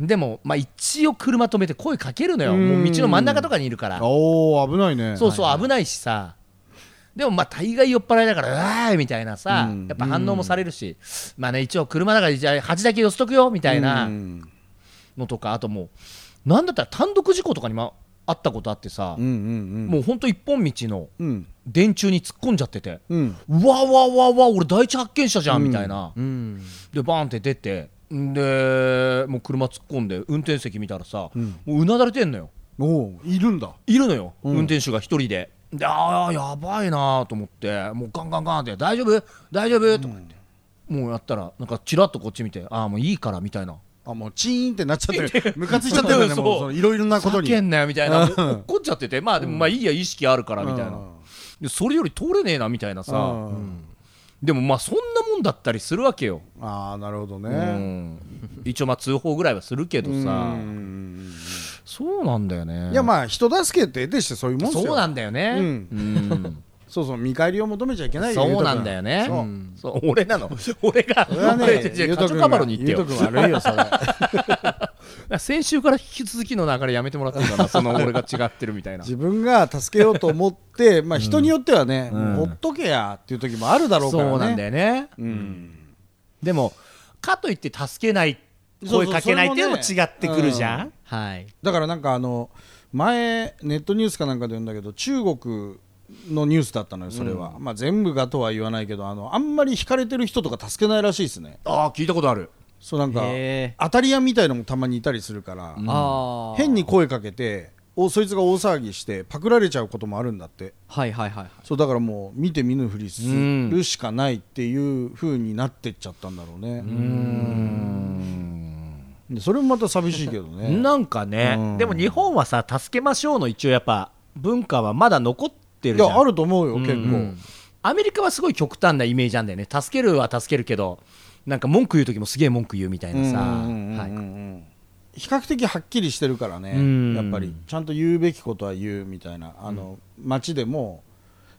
Speaker 3: でも、まあ、一応車止めて声かけるのよ、
Speaker 4: うん
Speaker 3: もう道の真ん中とかにいるから
Speaker 4: おお危ないね
Speaker 3: そうそう危ないしさでもまあ大概酔っ払いだからうわーいみたいなさ、
Speaker 4: うん
Speaker 3: やっぱ反応もされるし、まあね一応車だからじゃあ端だけ寄せとくよみたいな
Speaker 4: うん
Speaker 3: のとか、あともうなんだったら単独事故とかにもあったことあってさ、
Speaker 4: うんうん
Speaker 3: もうほんと一本道の
Speaker 4: うんうん
Speaker 3: 電柱に突っ込んじゃってて、
Speaker 4: うん
Speaker 3: うわわわわ俺第一発見者じゃんみたいな、
Speaker 2: うん
Speaker 3: でバーンって出てんでもう車突っ込んで運転席見たらさ、
Speaker 4: ん
Speaker 3: もううなだれてんのよ
Speaker 4: おーいるんだ
Speaker 3: いるのよ、
Speaker 4: うん
Speaker 3: 運転手が一人ででああやばいなと思ってもうガンガンガンって「大丈夫大丈夫?」とか言って、もうやったらなんかチラッとこっち見て「ああもういいから」みたいな
Speaker 4: あもうチーンってなっちゃってるムカついちゃってるね
Speaker 3: そう
Speaker 4: もうそのいろいろなことに
Speaker 3: 叫んなよみたいな
Speaker 4: うん
Speaker 3: もう怒っちゃっててまあでもまあいいや意識あるからみたいな、でそれより通れねえなみたいなさ、
Speaker 4: あ
Speaker 3: でもまあそんなもんだったりするわけよ、
Speaker 4: あーなるほど
Speaker 3: う
Speaker 4: ね
Speaker 3: ん、一応まあ通報ぐらいはするけどさ
Speaker 4: うん
Speaker 3: そうなんだよね
Speaker 4: いやまあ人助けって得てしてそういうもんっすよ
Speaker 3: そうなんだよね、
Speaker 4: う
Speaker 3: う
Speaker 4: ん
Speaker 3: ん
Speaker 4: そうそう見返りを求めちゃいけないよ
Speaker 3: そうなんだよね
Speaker 4: そう
Speaker 3: うんそう俺なの 俺が
Speaker 4: ゆうとくんそれは
Speaker 3: 俺
Speaker 4: ね
Speaker 3: じゃあ
Speaker 4: ゆう
Speaker 3: カ
Speaker 4: と
Speaker 3: チョ
Speaker 4: くん
Speaker 3: カバロに行って
Speaker 4: ゆうと
Speaker 3: よ
Speaker 4: くん悪いよそれ
Speaker 3: 先週から引き続きの流れやめてもらっていい かなその俺が違ってるみたいな
Speaker 4: 自分が助けようと思って まあ人によってはねもうほっとけやっていう時もあるだろうからね
Speaker 3: そうなんだよね
Speaker 4: うん
Speaker 3: でもかといって助けない
Speaker 4: そ
Speaker 3: 声
Speaker 4: うそう
Speaker 3: かけないっていうのも
Speaker 4: そ
Speaker 3: 違
Speaker 4: れもね
Speaker 3: ってくるじゃん
Speaker 2: はい
Speaker 4: だからなんかあの前ネットニュースかなんかで読んだけど中国のニュースだったのよそれは、まあ全部がとは言わないけどあのあんまり惹かれてる人とか助けないらしいですね
Speaker 3: ああ聞いたことある
Speaker 4: そうなんか
Speaker 2: へ
Speaker 4: 当たり屋みたいのもたまにいたりするから、
Speaker 2: ああ
Speaker 4: 変に声かけておそいつが大騒ぎしてパクられちゃうこともあるんだって
Speaker 2: はいはいはいはい
Speaker 4: そうだからもう見て見ぬふりす
Speaker 3: うん
Speaker 4: るしかないっていう風になってっちゃったんだろうねでそれもまた寂しいけどね
Speaker 3: なんかね、
Speaker 4: うん
Speaker 3: でも日本はさ助けましょうの一応やっぱ文化はまだ残ってる
Speaker 4: い
Speaker 3: じゃん
Speaker 4: やあると思うよ結構、
Speaker 3: うんアメリカはすごい極端なイメージなんだよね助けるは助けるけどなんか文句言う時もすげえ文句言うみたいなさ、はい
Speaker 4: 比較的はっきりしてるから
Speaker 3: う
Speaker 4: ね
Speaker 3: ん
Speaker 4: やっぱりちゃんと言うべきことは言うみたいなあの、街でも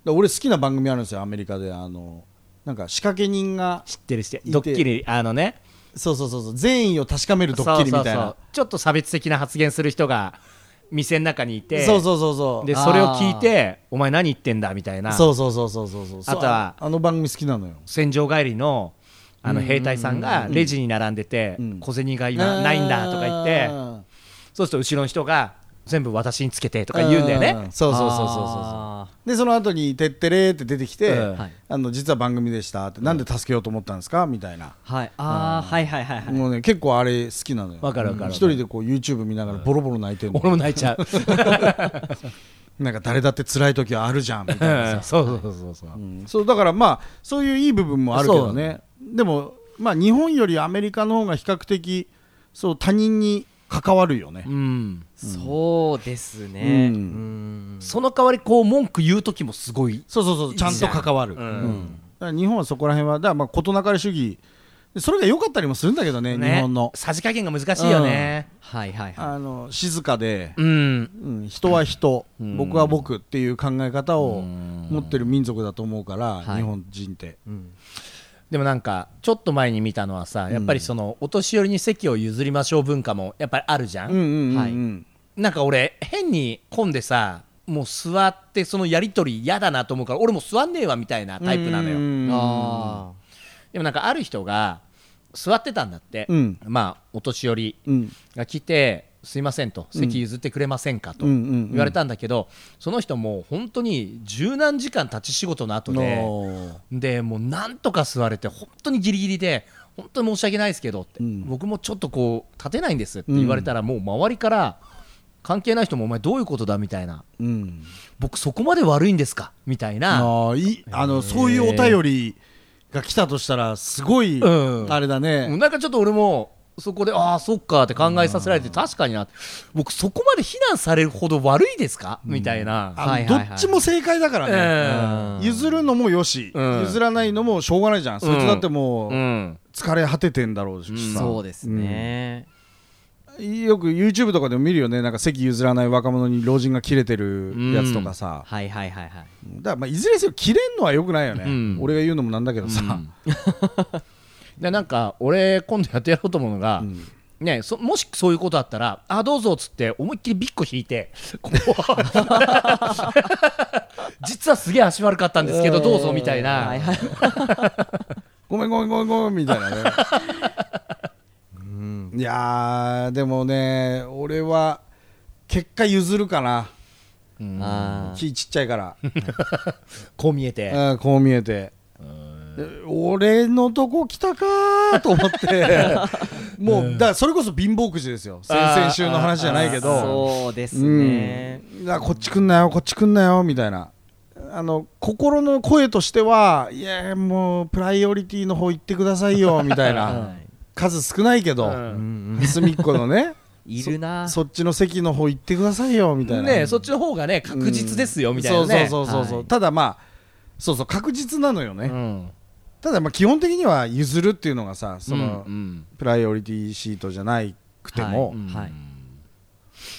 Speaker 4: で俺好きな番組あるんですよアメリカであのなんか仕掛け人が
Speaker 3: 知ってるして
Speaker 4: いて
Speaker 3: ドッキリあのね
Speaker 4: そうそうそうそう善意を確かめるドッキリみた
Speaker 3: そ
Speaker 4: い
Speaker 3: うそうそう
Speaker 4: な
Speaker 3: ちょっと差別的な発言する人が店の中にいて
Speaker 4: そうそうそうそう
Speaker 3: でそれを聞いてお前何言ってんだみたい
Speaker 4: あー
Speaker 3: な
Speaker 4: そうそうそうそうそうそう
Speaker 3: あとは
Speaker 4: あの番組好きなのよ
Speaker 3: 戦場帰りのあの兵隊さんがレジに並んでて
Speaker 4: うん
Speaker 3: 小銭が今ないんだとか言ってそうすると後ろの人が全部私につけてとか言うんだよね
Speaker 4: そうそうそうそうそうそう
Speaker 2: あ
Speaker 4: でその後に「てってれ」って出てきて、
Speaker 3: うん
Speaker 2: はい
Speaker 4: あの「実は番組でした」って「なんで助けようと思ったんですか?」みたいな、
Speaker 2: ーはいあーはいはいはいはい
Speaker 4: もうね結構あれ好きなのよ
Speaker 3: わかるわかる
Speaker 4: うん一人でこう YouTube 見ながらボロボロ泣いてるの、
Speaker 3: 俺も泣いちゃ う
Speaker 4: なんか誰だって辛い時はあるじゃんみたいなさ、
Speaker 3: そうそうそうそう
Speaker 4: うんそうだからまあそういういい部分もあるけどねでもまあ日本よりアメリカの方が比較的そう他人に関わるよね、
Speaker 3: うん
Speaker 2: そうですね
Speaker 4: うん
Speaker 2: うん
Speaker 3: その代わりこう文句言う時もすごい
Speaker 4: そうそうそうちゃんと関わる、
Speaker 3: うん
Speaker 4: うんだから日本はそこら辺はだからまあ事なかれ主義でそれが良かったりもするんだけどね
Speaker 3: ね
Speaker 4: 日本の
Speaker 3: さじ加減が難しいよね
Speaker 2: はいはいはい
Speaker 4: あの静かで、
Speaker 3: うん
Speaker 4: うん、人は人、僕は僕っていう考え方を持ってる民族だと思うから、
Speaker 2: はい
Speaker 4: 日本人って、
Speaker 3: でもなんかちょっと前に見たのはさやっぱりそのお年寄りに席を譲りましょう文化もやっぱりあるじゃん、
Speaker 4: うんうんうんうん
Speaker 2: はい
Speaker 3: なんか俺変に混んでさもう座ってそのやり取り嫌だなと思うから俺もう座んねえわみたいなタイプなのよ、
Speaker 4: うんうんうん
Speaker 2: あ
Speaker 3: でもなんかある人が座ってたんだって、
Speaker 4: うん
Speaker 3: まあお年寄り
Speaker 4: うん
Speaker 3: が来て「すいません」と「席譲ってくれませんか」と
Speaker 4: うんうんうん
Speaker 3: 言われたんだけどその人もう本当に十何時間立ち仕事の後で
Speaker 4: お
Speaker 3: でもうなんとか座れて本当にギリギリで本当に申し訳ないですけどって、
Speaker 4: うん
Speaker 3: 僕もちょっとこう立てないんですって言われたら、もう周りから関係ない人もお前どういうことだみたいな
Speaker 4: うん、
Speaker 3: 僕そこまで悪いんですかみたいな
Speaker 4: あーいいあのそういうお便りが来たとしたらすごい、
Speaker 3: うん
Speaker 4: あれだね、
Speaker 3: もうなんかちょっと俺もそこでああそっかって考えさせられて確かにな僕そこまで非難されるほど悪いですかみたいな、
Speaker 4: あの
Speaker 2: はいはいはい
Speaker 4: どっちも正解だからね、
Speaker 3: ええ
Speaker 4: 譲るのもよし、
Speaker 3: うん
Speaker 4: 譲らないのもしょうがないじゃん、そいつだってもう
Speaker 3: うん
Speaker 4: 疲れ果ててんだろうし
Speaker 2: ー
Speaker 4: さ、
Speaker 2: そうですね
Speaker 4: うんよく YouTube とかでも見るよねなんか席譲らない若者に老人が切れてるやつとかさ、
Speaker 2: はいはいはいはい
Speaker 4: だからまあいずれにせよ切れんのはよくないよね、
Speaker 3: うん
Speaker 4: 俺が言うのもなんだけどさ、
Speaker 3: でなんか俺今度やってやろうと思うのが、
Speaker 4: ん
Speaker 3: ね、そもしそういうことだったら「あどうぞ」っつって思いっきりビッコ引いてこう 実はすげえ足悪かったんですけどどうぞみたいな、
Speaker 2: はいはい
Speaker 4: ごめんごめんごめんごめんみたいな ねいやーでもね俺は結果譲るかな
Speaker 2: あー
Speaker 4: ちちっちゃいから、
Speaker 3: こう見えて、
Speaker 4: うんこう見えてで俺のとこ来たかーと思って もうだからそれこそ貧乏くじですよ先々週の話じゃないけど
Speaker 2: そうですね
Speaker 4: うん、あこっち来んなよこっち来んなよみたいなあの心の声としてはいやもうプライオリティの方行ってくださ いよみたい
Speaker 2: は
Speaker 4: ない数少ないけど、
Speaker 3: うん
Speaker 2: うん
Speaker 4: 隅っこのね
Speaker 2: いるな
Speaker 4: そっちの席の方行ってくださいよみたいな、
Speaker 3: ねえそっちの方がね確実ですよみたいなね、
Speaker 4: そうそうそうそうそう、
Speaker 2: はい
Speaker 4: ただまあそうそう確実なのよね、
Speaker 3: うん
Speaker 4: ただまあ基本的には譲るっていうのがさその、
Speaker 3: うん
Speaker 4: プライオリティシートじゃなくて
Speaker 2: は
Speaker 4: も、
Speaker 2: いはい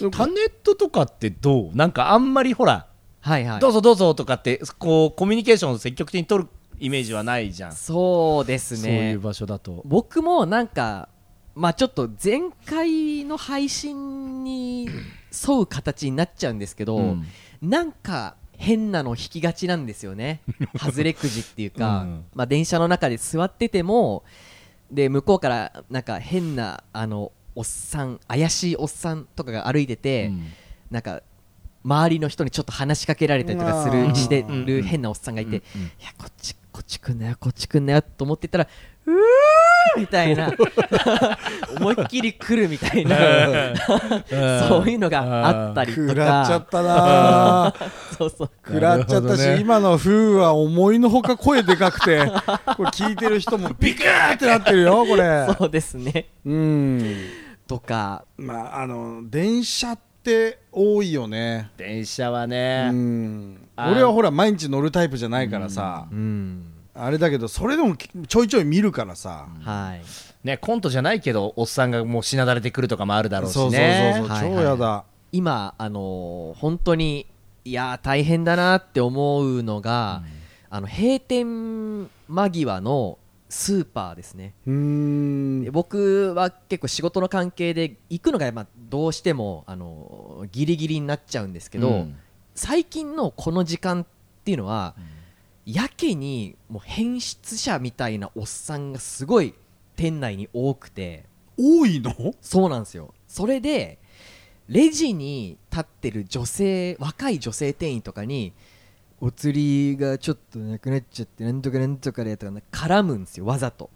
Speaker 3: うんタネットとかってどうなんかあんまりほら、
Speaker 2: はいはい
Speaker 3: どうぞどうぞとかってこうコミュニケーションを積極的に取るイメージはないじゃん、
Speaker 2: そうです
Speaker 3: そうい
Speaker 2: ね
Speaker 3: う場所だと
Speaker 2: 僕もなんかまあちょっと前回の配信に沿う形になっちゃうんですけど、
Speaker 3: うん
Speaker 2: なんか変なの引きがちなんですよね外れくじっていうか、
Speaker 3: うん
Speaker 2: まあ、電車の中で座っててもで向こうからなんか変なあのおっさん怪しいおっさんとかが歩いてて、
Speaker 3: うん
Speaker 2: なんか周りの人にちょっと話しかけられたりとかす
Speaker 4: う
Speaker 2: る
Speaker 4: ん
Speaker 2: して
Speaker 3: うん
Speaker 2: る変なおっさんがいて、
Speaker 3: うん
Speaker 2: いやこっちこっち来んなよこっち来んなよと思ってたらうーみたい な思いっきり来るみたい なそういうのがあったりとか
Speaker 4: 食
Speaker 2: ら
Speaker 4: っちゃった なー
Speaker 2: そうそう
Speaker 4: 食らっちゃっ
Speaker 3: なるほど
Speaker 4: たし、
Speaker 3: ね
Speaker 4: 今の風は思いのほか声でかく てこれ聞いてる人もビクーってなってるよこれ
Speaker 2: そうですね
Speaker 4: うん
Speaker 2: とか
Speaker 4: まああの電車って多いよね
Speaker 3: 電車は
Speaker 4: う
Speaker 3: ね、
Speaker 4: ん
Speaker 3: あー
Speaker 4: 俺はほら毎日乗るタイプじゃないからさ、
Speaker 2: うん
Speaker 4: あれだけどそれでもきちょいちょい見るからさ、
Speaker 2: はい
Speaker 3: ねコントじゃないけどおっさんがもうしなだれてくるとかもあるだろうし
Speaker 4: そうそうそうそう、
Speaker 3: ね
Speaker 2: はいはい
Speaker 4: 超やだ
Speaker 2: 今あのー本当にいやー大変だなって思うのが、あの閉店間際のスーパーですね
Speaker 4: うーん
Speaker 2: で僕は結構仕事の関係で行くのがまあどうしてもあのーギリギリになっちゃうんですけど、
Speaker 3: うん
Speaker 2: 最近のこの時間っていうのは、やけにもう変質者みたいなおっさんがすごい店内に多くて
Speaker 4: 多いの
Speaker 2: そうなんですよそれでレジに立ってる女性若い女性店員とかにお釣りがちょっとなくなっちゃってなんとかなんとかでとかね絡むんですよわざと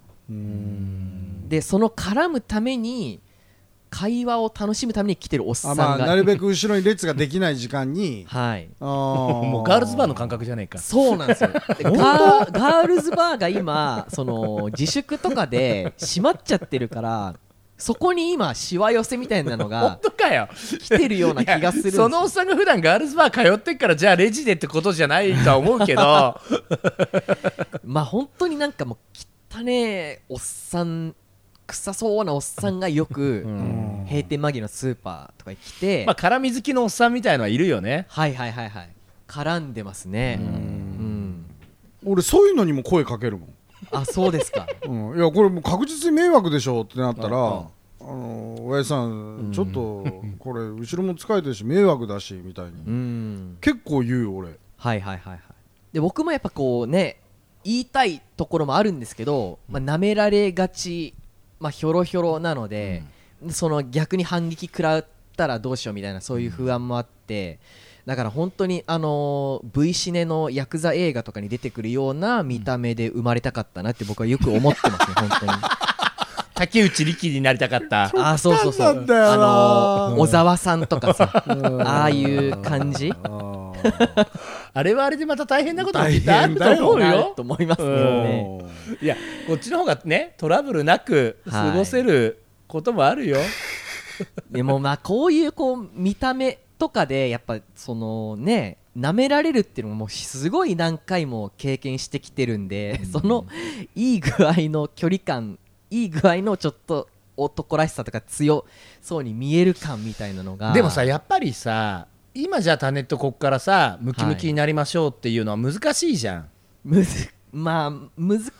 Speaker 2: でその絡むために会話を楽しむために来てるおっさ
Speaker 4: あ
Speaker 2: ん
Speaker 4: ま
Speaker 2: が、
Speaker 4: あなるべく後ろに列ができない時 間に
Speaker 2: はい
Speaker 4: も
Speaker 3: もうガールズバーの感覚じゃねえか
Speaker 2: そうなんですよでガーガールズバーが今その自粛とかで閉まっちゃってるからそこに今しわ寄せみたいなの
Speaker 3: 本
Speaker 2: が
Speaker 3: 当かよ
Speaker 2: 来てるような気がするんで
Speaker 3: いや
Speaker 2: すよ
Speaker 3: そのおっさんが普段ガールズバー通ってっからじゃあレジでってことじゃないとは思うけ ど
Speaker 2: まあ本当になんかもう汚ねえおっさん臭そうなおっさんがよく
Speaker 3: ん
Speaker 2: 閉店間際のスーパーとかに来て、
Speaker 3: まあ絡み好きのおっさんみたいのはいるよね
Speaker 2: はいはいはいはい絡んでますねうん
Speaker 4: 俺そういうのにも声かけるもん
Speaker 2: あそうです か
Speaker 4: うん、いやこれもう確実に迷惑でしょってなったら、
Speaker 3: うんうん
Speaker 4: あの親父さん、ちょっとこれ後ろも疲れてるし迷惑だしみたいに、
Speaker 2: うん
Speaker 4: 結構言うよ俺
Speaker 2: はいはいはいはいで僕もやっぱこうね言いたいところもあるんですけど、まあ、舐められがち、まあ、ひょろひょろなので、その逆に反撃食らったらどうしようみたいなそういう不安もあって、だから本当にあのー V シネのヤクザ映画とかに出てくるような見た目で生まれたかったなって僕はよく思ってますね本当に
Speaker 3: 竹内力になりたか った
Speaker 2: あーそうそうそう
Speaker 4: 極端なんだよな
Speaker 2: あのー小沢さんとかさああいう感じ
Speaker 3: あれはあれでまた大変なことが
Speaker 4: 大
Speaker 3: き
Speaker 4: 変
Speaker 3: っ
Speaker 4: だ
Speaker 3: と
Speaker 4: よ
Speaker 3: あると思
Speaker 2: なると思
Speaker 3: うよ
Speaker 2: います
Speaker 3: う
Speaker 2: ね
Speaker 4: うん
Speaker 3: いやこっちの方がねトラブルなく過ごせることもあるよ、
Speaker 2: でもまあこういうこう見た目とかでやっぱそのね舐められるっていうのももうすごい何回も経験してきてるんで、そのいい具合の距離感いい具合のちょっと男らしさとか強そうに見える感みたいなのが
Speaker 3: でもさやっぱりさ今じゃあタネットこっからさムキムキになりましょうっていうのは難しいじゃん、
Speaker 2: むずまあむず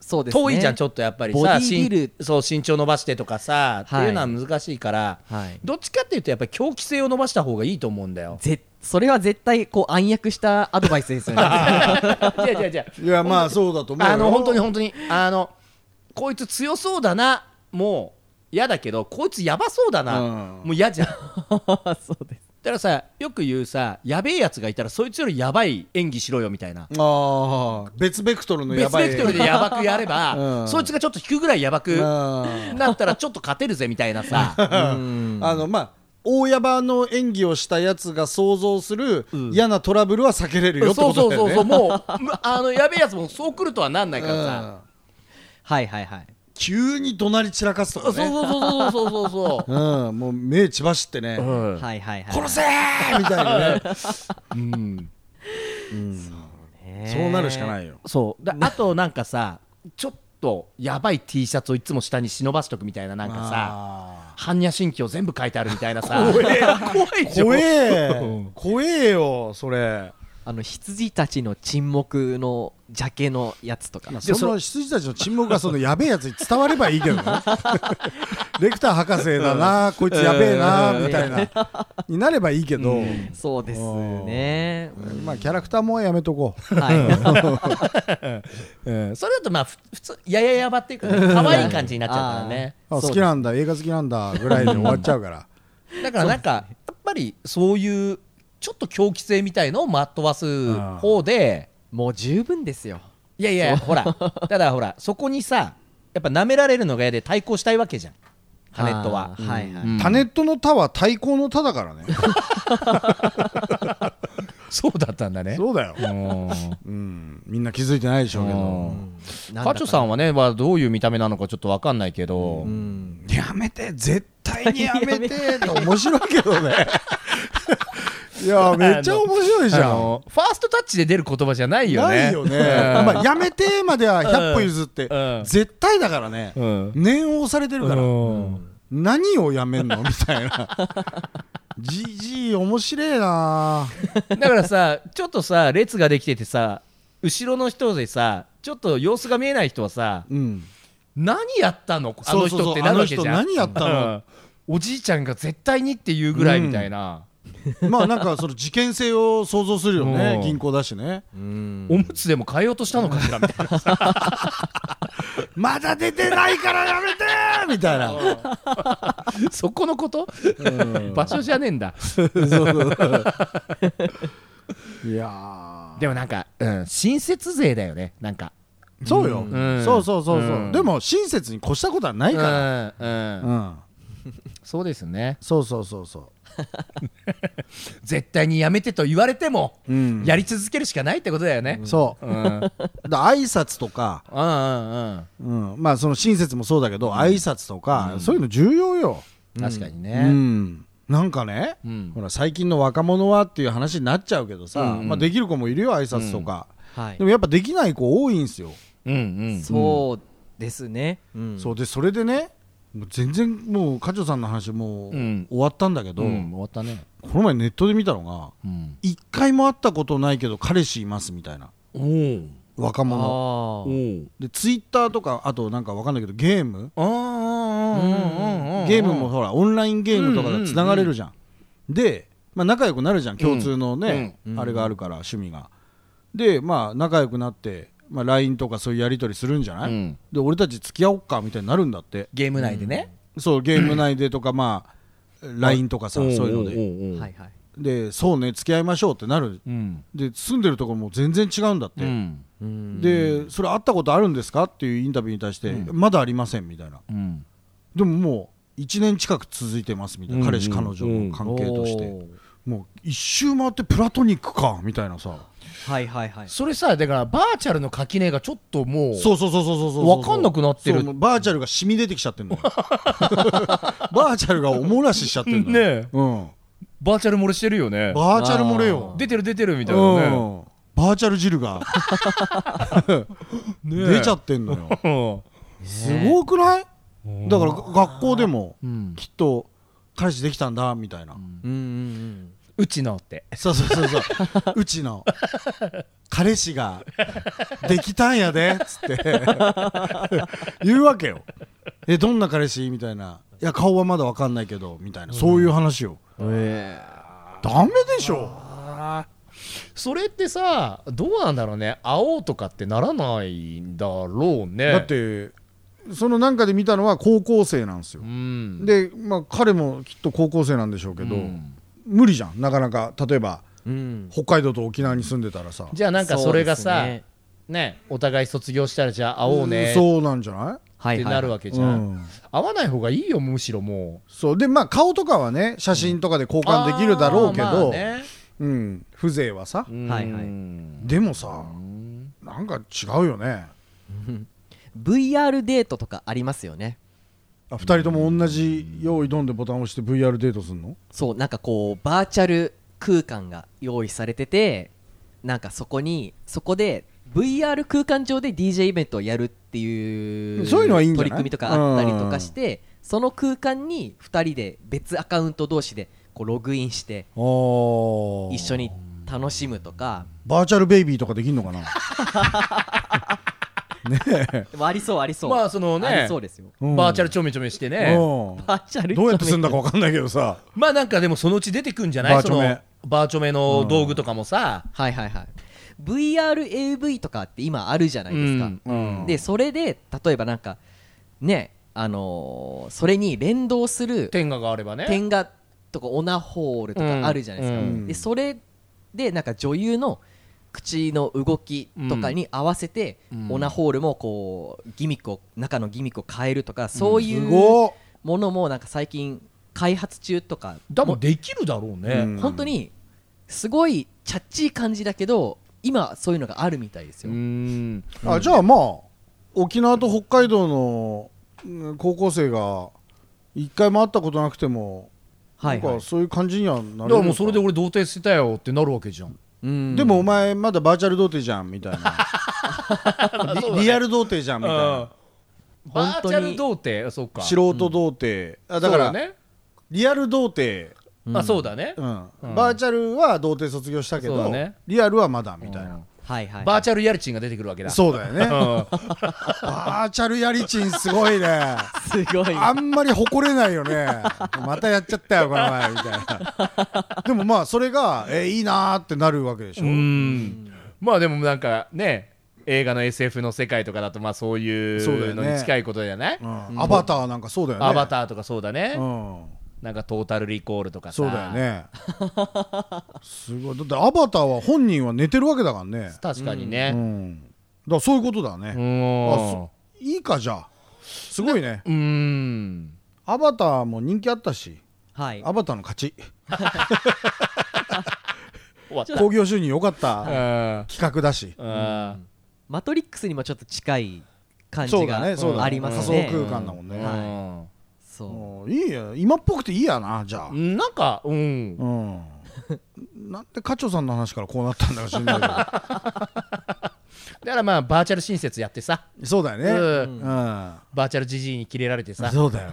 Speaker 2: そうですね
Speaker 3: 遠いじゃんちょっとやっぱり
Speaker 2: ボディ
Speaker 3: さ
Speaker 2: ービル
Speaker 3: 身そう身長伸ばしてとかさ、
Speaker 2: はい
Speaker 3: っていうのは難しいから
Speaker 2: はい
Speaker 3: どっちかっていうとやっぱり狂気性を伸ばした方がいいと思うん だよ
Speaker 2: ぜそれは絶対こう暗躍したアドバイスですよね
Speaker 3: いやいやいや
Speaker 4: いやまあそうだと思うよ
Speaker 3: あの本当に本当にあのこいつ強そうだなもう嫌だけどこいつやばそうだな、
Speaker 4: うん
Speaker 3: もう嫌じゃんだ
Speaker 2: そうです
Speaker 3: からさよく言うさやべえやつがいたらそいつよりやばい演技しろよみたいな
Speaker 4: ああ別ベクトルのや
Speaker 3: 別
Speaker 4: ばい
Speaker 3: ベクトルでやばくやれば、
Speaker 4: うん
Speaker 3: そいつがちょっと引くぐらいやばく
Speaker 4: うん
Speaker 3: なったらちょっと勝てるぜみたいなさ
Speaker 4: あのまあ大ヤバの演技をしたやつが想像する嫌なトラブルは避けれるよって
Speaker 3: そ
Speaker 4: こ
Speaker 3: うそ
Speaker 4: と
Speaker 3: う
Speaker 4: だ
Speaker 3: そう
Speaker 4: よね
Speaker 3: そうもうむあのやべえやつもそう来るとはなんないからさ、
Speaker 2: はいはいはい
Speaker 4: 急に怒鳴り散らかすと
Speaker 3: そう
Speaker 4: か
Speaker 3: そう
Speaker 4: ね
Speaker 3: そうそうそうそう
Speaker 4: うんもう目血走ってね、
Speaker 3: そう、うん
Speaker 2: はいはいはい
Speaker 4: 殺せーみたいな ね
Speaker 3: うん、
Speaker 4: そうなるしかないよ
Speaker 3: そうだあとなんかさちょっとやばい T シャツをいつも下に忍ばしとくみたいななんかさ
Speaker 4: あ
Speaker 3: 般若心経全部書いてあるみたいなさ怖え怖い
Speaker 4: ー
Speaker 3: じゃん
Speaker 4: 怖え怖えよそれ
Speaker 2: あの羊たちの沈黙のジャケのやつとか、
Speaker 4: その羊たちの沈黙がそのやべえやつに伝わればいいけど ねレクター博士だなこいつやべえなみたいなになればいいけど、
Speaker 2: そうですね。
Speaker 4: まあキャラクターもうやめとこ う
Speaker 2: はい。
Speaker 3: うんそれだとまあふ普通やややばっていうかね可愛い感じになっちゃうからね
Speaker 4: あ好きなんだ映画好きなんだぐらいで終わっちゃうから
Speaker 3: だからなんかやっぱりそういうちょっと狂気性みたいのをまとわす方で
Speaker 2: もう十分ですよ。
Speaker 3: いやいやほらただほらそこにさやっぱ舐められるのが嫌で対抗したいわけじゃんタネットは
Speaker 2: あーはいはい。
Speaker 3: うん
Speaker 4: タネットの「タ」は対抗の「タ」だからね
Speaker 3: そうだったんだね。
Speaker 4: そうだよ、
Speaker 3: うん
Speaker 4: うん、みんな気づいてないでしょうけど
Speaker 2: なんだか
Speaker 3: カチョさんはね、まあ、どういう見た目なのかちょっとわかんないけど、
Speaker 4: やめて絶対にやめ てって面白いけどねいやめっちゃ面白いじ
Speaker 3: あ
Speaker 4: ゃん
Speaker 3: のファーストタッチで出る言葉じゃないよね。
Speaker 4: ないよね、まあ、やめてまでは100歩譲って、
Speaker 3: うん
Speaker 4: 絶対だからね、
Speaker 3: うん
Speaker 4: 念を押されてるから、
Speaker 3: うん
Speaker 4: 何をやめんのみたい なじじい面白いな
Speaker 3: だからさ、ちょっとさ、列ができててさ、後ろの人でさ、ちょっと様子が見えない人はさ、
Speaker 4: うん
Speaker 3: 何やったのあ
Speaker 4: そ
Speaker 3: の
Speaker 4: うそうそ
Speaker 3: 人
Speaker 4: う
Speaker 3: ってなるわけじゃん。
Speaker 4: あの人何やったの
Speaker 3: うんおじいちゃんが絶対にっていうぐらいみたいな、
Speaker 4: まあなんかその事件性を想像するよ
Speaker 3: う
Speaker 4: ね
Speaker 3: ん
Speaker 4: 銀行だしね
Speaker 2: うん
Speaker 3: おむつでも変えようとしたのかしらみたいな。
Speaker 4: まだ出てないからやめてみたいな
Speaker 3: そこのこと、場所じゃねえんだ。
Speaker 4: いや
Speaker 3: でもなんか、うん、親切勢だよね、なんか。
Speaker 4: ーそうよ、
Speaker 3: うん
Speaker 4: そうそうそうそう、
Speaker 3: うん
Speaker 4: でも親切に越したことはないから、
Speaker 3: うん
Speaker 4: う
Speaker 3: うん
Speaker 4: ん
Speaker 3: そうですね
Speaker 4: そうそうそうそ
Speaker 3: 絶対にやめてと言われても、
Speaker 4: う、うん、
Speaker 3: やり続けるしかないってことだよね、
Speaker 4: そう
Speaker 3: うん、うんうん
Speaker 4: だ挨拶とか、
Speaker 3: うん
Speaker 4: うん、まあその親切もそうだけど、挨拶とか、そういうの重要よ、
Speaker 3: 確かに
Speaker 4: う
Speaker 3: ね、
Speaker 4: ん、なんかね、
Speaker 3: うん
Speaker 4: ほら最近の若者はっていう話になっちゃうけどさ、
Speaker 3: うんうん
Speaker 4: まあ、できる子もいるよ挨拶とか、
Speaker 2: はい
Speaker 4: でもやっぱできない子多いんすよ、
Speaker 3: うんうん
Speaker 2: そうですねうん
Speaker 4: そうでそれでねもう全然もう課長さんの話もう
Speaker 3: うん
Speaker 4: 終わったんだけど、
Speaker 3: うん終わったね、
Speaker 4: この前ネットで見たのが
Speaker 3: うん、
Speaker 4: 一回も会ったことないけど彼氏いますみたいな
Speaker 3: おお
Speaker 4: 若
Speaker 2: あ
Speaker 4: 者
Speaker 2: あ
Speaker 4: でツイッターとかあとなんかわかんないけどゲーム
Speaker 3: ああ
Speaker 4: ゲームもほらオンラインゲームとかでつながれるじゃん、で、まあ、仲良くなるじゃん共通のね、あれがあるから趣味がでまあ仲良くなって、まあ、LINE とかそういうやり取りするんじゃない、
Speaker 3: うん
Speaker 4: で俺たち付き合おっかみたいになるんだって
Speaker 3: ゲーム内でね、
Speaker 4: そうゲーム内でとかまあ LINE とかさそういうので
Speaker 3: う、
Speaker 2: はいいはい
Speaker 4: でそうね付き合いましょうってなる
Speaker 3: うん
Speaker 4: で住んでるところも全然違うんだって、
Speaker 3: うん
Speaker 2: うん
Speaker 4: でそれ会ったことあるんですかっていうインタビューに対して、まだありませんみたいな
Speaker 3: うん
Speaker 4: でももう1年近く続いてますみたいな、彼氏彼女の関係として、
Speaker 2: おー
Speaker 4: もう一周回ってプラトニックかみたいなさ
Speaker 2: はいはいはい
Speaker 3: それさだからバーチャルの垣根がちょっともう
Speaker 4: そうそうそうそうそうそう
Speaker 3: わかんなくなってる
Speaker 4: そうもうバーチャルが染み出てきちゃってん のよバーチャルがおもらししちゃってんのよ、
Speaker 3: ねえ
Speaker 4: うん、
Speaker 3: バーチャル漏れしてるよね
Speaker 4: バーチャル漏れよ
Speaker 3: 出てる出てるみたいなね
Speaker 4: うんバーチャル汁が出ちゃってんのよ
Speaker 3: うん
Speaker 4: すごくないだから学校でも
Speaker 3: ん
Speaker 4: きっと彼氏できたんだみたいな、
Speaker 2: うんうん
Speaker 3: うちのって
Speaker 4: そうそうそうそう うちの彼氏ができたんやでっつって 言うわけよえどんな彼氏みたいないや顔はまだわかんないけどみたいな、そういう話を
Speaker 2: うんえ
Speaker 4: ダメでしょ
Speaker 3: それってさどうなんだろうね会おうとかってならないんだろうね
Speaker 4: だってそのなんかで見たのは高校生なんですよ
Speaker 3: うん
Speaker 4: で、まあ、彼もきっと高校生なんでしょうけど、
Speaker 3: うん
Speaker 4: 無理じゃんなかなか例えば
Speaker 2: うん
Speaker 4: 北海道と沖縄に住んでたらさ
Speaker 3: じゃあなんかそれがさ
Speaker 2: そう
Speaker 3: ね
Speaker 2: で
Speaker 3: お互い卒業したらじゃあ会おうねっ
Speaker 4: そうなんじゃな
Speaker 2: はい
Speaker 3: て
Speaker 2: はい
Speaker 3: なるわけ
Speaker 4: い、
Speaker 3: じゃん、
Speaker 4: うん
Speaker 3: 会わない方がいいよむしろもう
Speaker 4: そうでまあ顔とかはね写真とかで交換できるだろうけ
Speaker 3: あーまあ
Speaker 4: ど、
Speaker 3: ね
Speaker 4: うん、風情はさ、
Speaker 3: うん
Speaker 2: はいはい
Speaker 4: でもさなんか違うよね
Speaker 2: VR デートとかありますよね
Speaker 4: あ2人とも同じ用意どんでボタンを押して VR デートすんの
Speaker 2: そうなんかこうバーチャル空間が用意されててなんかそこにそこで VR 空間上で DJ イベントをやるっていう
Speaker 4: そういうのはいいんじゃない
Speaker 2: 取り組みとかあったりとかしてその空間に2人で別アカウント同士でこうログインして
Speaker 4: あ
Speaker 2: 一緒に楽しむとか
Speaker 4: バーチャルベイビーとかできんのかなねえ、
Speaker 2: でもありそうありそう
Speaker 3: まあそのね
Speaker 2: ありそうですよ
Speaker 4: うん
Speaker 3: バーチャルちょめちょめしてね
Speaker 4: うん
Speaker 2: バーチャル
Speaker 4: どうやってすんだか分かんないけど さ
Speaker 3: まあなんかでもそのうち出てくんじゃない
Speaker 4: バーチョメ
Speaker 3: そのバーチョメの道具とかもさ、
Speaker 2: はいはいはい VRAV とかって今あるじゃないですか、
Speaker 4: うん
Speaker 2: でそれで例えばなんかねあのーそれに連動する
Speaker 3: 天下があればね
Speaker 2: 点がとかオナホールと
Speaker 3: うん
Speaker 2: かあるじゃないですか、
Speaker 3: うん
Speaker 2: でそれでなんか女優の口の動きとかに合わせて、
Speaker 3: うん
Speaker 2: オナホールもこうギミックを中のギミックを変えるとかそうい
Speaker 4: す
Speaker 2: う
Speaker 4: ごっ
Speaker 2: ものもなんか最近開発中とか
Speaker 3: でもできるだろうね、
Speaker 4: うん
Speaker 2: 本当にすごいチャッチい感じだけど今そういうのがあるみたいですよ、
Speaker 3: ん
Speaker 4: あじゃあまあ沖縄と北海道のうん高校生が一回も会ったことなくても、
Speaker 2: はい、
Speaker 4: な
Speaker 2: は
Speaker 4: ん
Speaker 2: い
Speaker 4: かそういう感じにはなるの
Speaker 3: だ
Speaker 4: か
Speaker 3: からもうそれで俺童貞してたよってなるわけじゃ ん
Speaker 2: うん
Speaker 4: でもお前まだバーチャル童貞じゃんみたい なリリアル童貞じゃんみたいな
Speaker 3: バ
Speaker 2: 本
Speaker 3: ー
Speaker 2: 当
Speaker 3: チ
Speaker 2: に
Speaker 3: ャル童貞あそうか
Speaker 4: 素人童貞、あだから
Speaker 3: そうね
Speaker 4: リアル童貞、
Speaker 3: あそうだね
Speaker 4: うん
Speaker 3: うん
Speaker 4: バーチャルは童貞卒業したけ
Speaker 3: そうだ
Speaker 4: ど、
Speaker 3: ね
Speaker 4: リアルはまだみたいな、
Speaker 2: はいはい
Speaker 3: バーチャルヤルチンが出てくるわけだ
Speaker 4: そうだよね、
Speaker 3: うん
Speaker 4: バーチャルやりちんすごいね
Speaker 2: すごい
Speaker 4: あんまり誇れないよね またやっちゃったよこの前みたいな でもまあそれが、えーいいなーってなるわけでしょ、
Speaker 3: うんまあでもなんかね映画の SF の世界とかだとまあそうい
Speaker 4: そうだ
Speaker 3: う
Speaker 4: よ
Speaker 3: の
Speaker 4: ね
Speaker 3: に近いことじゃない、
Speaker 4: うんアバターなんかそうだよね
Speaker 3: アバターとかそうだね、
Speaker 4: うん
Speaker 3: なんかトータルリコールとかさ
Speaker 4: そうだよねすごいだってアバターは本人は寝てるわけだからね
Speaker 3: 確かに
Speaker 4: う
Speaker 3: ね
Speaker 4: んだからそういうことだ
Speaker 3: う
Speaker 4: ね、
Speaker 3: ん
Speaker 4: あそいいかじゃあすごいね
Speaker 3: うん
Speaker 4: アバターも人気あったし
Speaker 2: はい
Speaker 4: アバターの勝ち
Speaker 3: 終わった
Speaker 4: 興行収入良かっ
Speaker 3: う
Speaker 4: た
Speaker 3: ん
Speaker 4: 企画だし
Speaker 3: うん
Speaker 2: マトリックスにもちょっと近い感
Speaker 4: そ
Speaker 2: じ
Speaker 4: うだ
Speaker 2: が
Speaker 4: ねそうだね
Speaker 2: あります
Speaker 4: 仮
Speaker 2: ね
Speaker 4: 想空間だもんね、
Speaker 3: うん
Speaker 2: そう
Speaker 4: もういいや今っぽくていいやなじゃあ
Speaker 3: なんかうん
Speaker 4: うん、 なんで課長さんの話からこうなったんだか知んないけ
Speaker 3: だからまあバーチャル親切やってさ
Speaker 4: どそうだよね、
Speaker 3: う
Speaker 4: うん
Speaker 3: んバーチャルじじいにキレられて さ
Speaker 4: そうだよ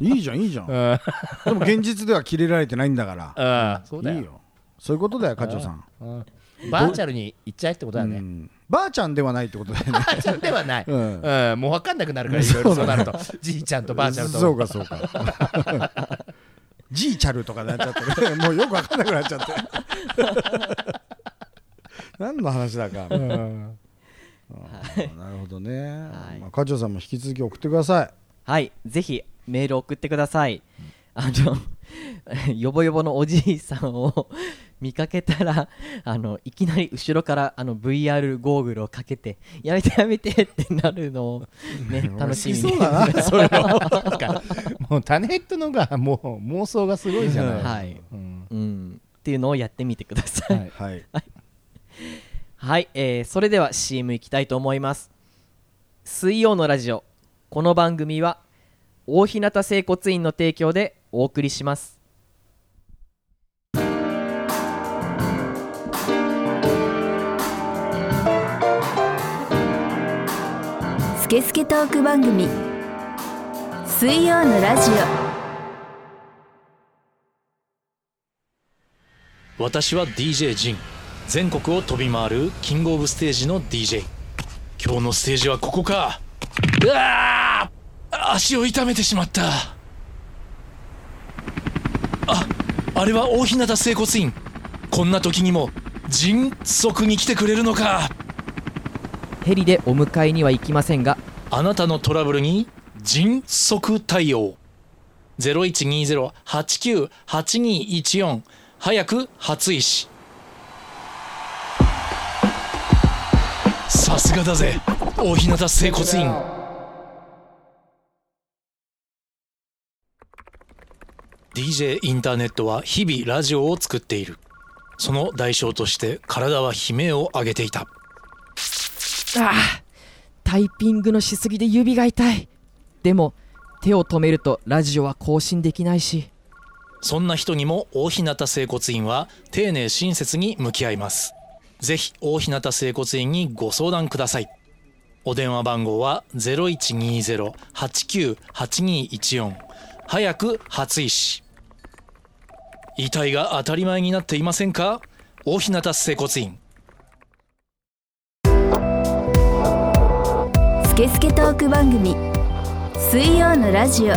Speaker 3: うん
Speaker 4: いいじゃんいいじゃん
Speaker 3: う
Speaker 4: で
Speaker 3: ん
Speaker 4: も現実では切れられてないんだから
Speaker 3: うんそうだ
Speaker 4: いい
Speaker 3: よ
Speaker 4: よそういうことだよ課長さん、
Speaker 3: うんバーチャルに行っちゃえってことだ
Speaker 4: う
Speaker 3: ね
Speaker 4: んばあちゃんではないってことだ よね
Speaker 3: バーチャルではない
Speaker 4: うん
Speaker 3: うんもう分かんなくなるからいろいろそうなるとじいちゃんとばあちゃんと
Speaker 4: そうかそうかジーチャルとかになっちゃってねもうよく分かんなくなっ ちゃって何の話だか、
Speaker 3: うん
Speaker 4: なるほどね、
Speaker 2: はい
Speaker 4: まあ、課長さんも引き続き送ってください
Speaker 2: はいぜひメール送ってください、あの よぼよぼのおじいさんを 見かけたらあのいきなり後ろからあの VR ゴーグルをかけてやめてやめてってなるのを、ね、楽しみに
Speaker 4: そうだな
Speaker 3: それはなんかもうタネットのがもう妄想がすごいじゃない
Speaker 2: はい
Speaker 3: うん
Speaker 2: うん、っていうのをやってみてください、
Speaker 3: は
Speaker 2: はいい
Speaker 4: はい
Speaker 2: えーそれでは CM いきたいと思います水曜のラジオこの番組は大日向整骨院の提供でお送りします
Speaker 1: スケスケトーク番組水曜のラジオ
Speaker 6: 私は DJ ジン全国を飛び回るキングオブステージの DJ 今日のステージはここかうわあ足を痛めてしまったああれは大日向整骨院こんな時にも迅速に来てくれるのか
Speaker 2: ヘリでお迎えには行きませんが
Speaker 6: あなたのトラブルに迅速対応0120-89-8214早く初石さすがだぜ大日向整骨院DJ インターネットは日々ラジオを作っているその代償として体は悲鳴を上げていた
Speaker 2: タイピングのしすぎで指が痛いでも手を止めるとラジオは更新できないし
Speaker 6: そんな人にも大日向整骨院は丁寧親切に向き合います。ぜひ大日向整骨院にご相談ください。お電話番号は0120-89-8214早く初医師。遺体が当たり前になっていませんか大日向整骨院。
Speaker 1: スケスケトーク番組水曜のラジオ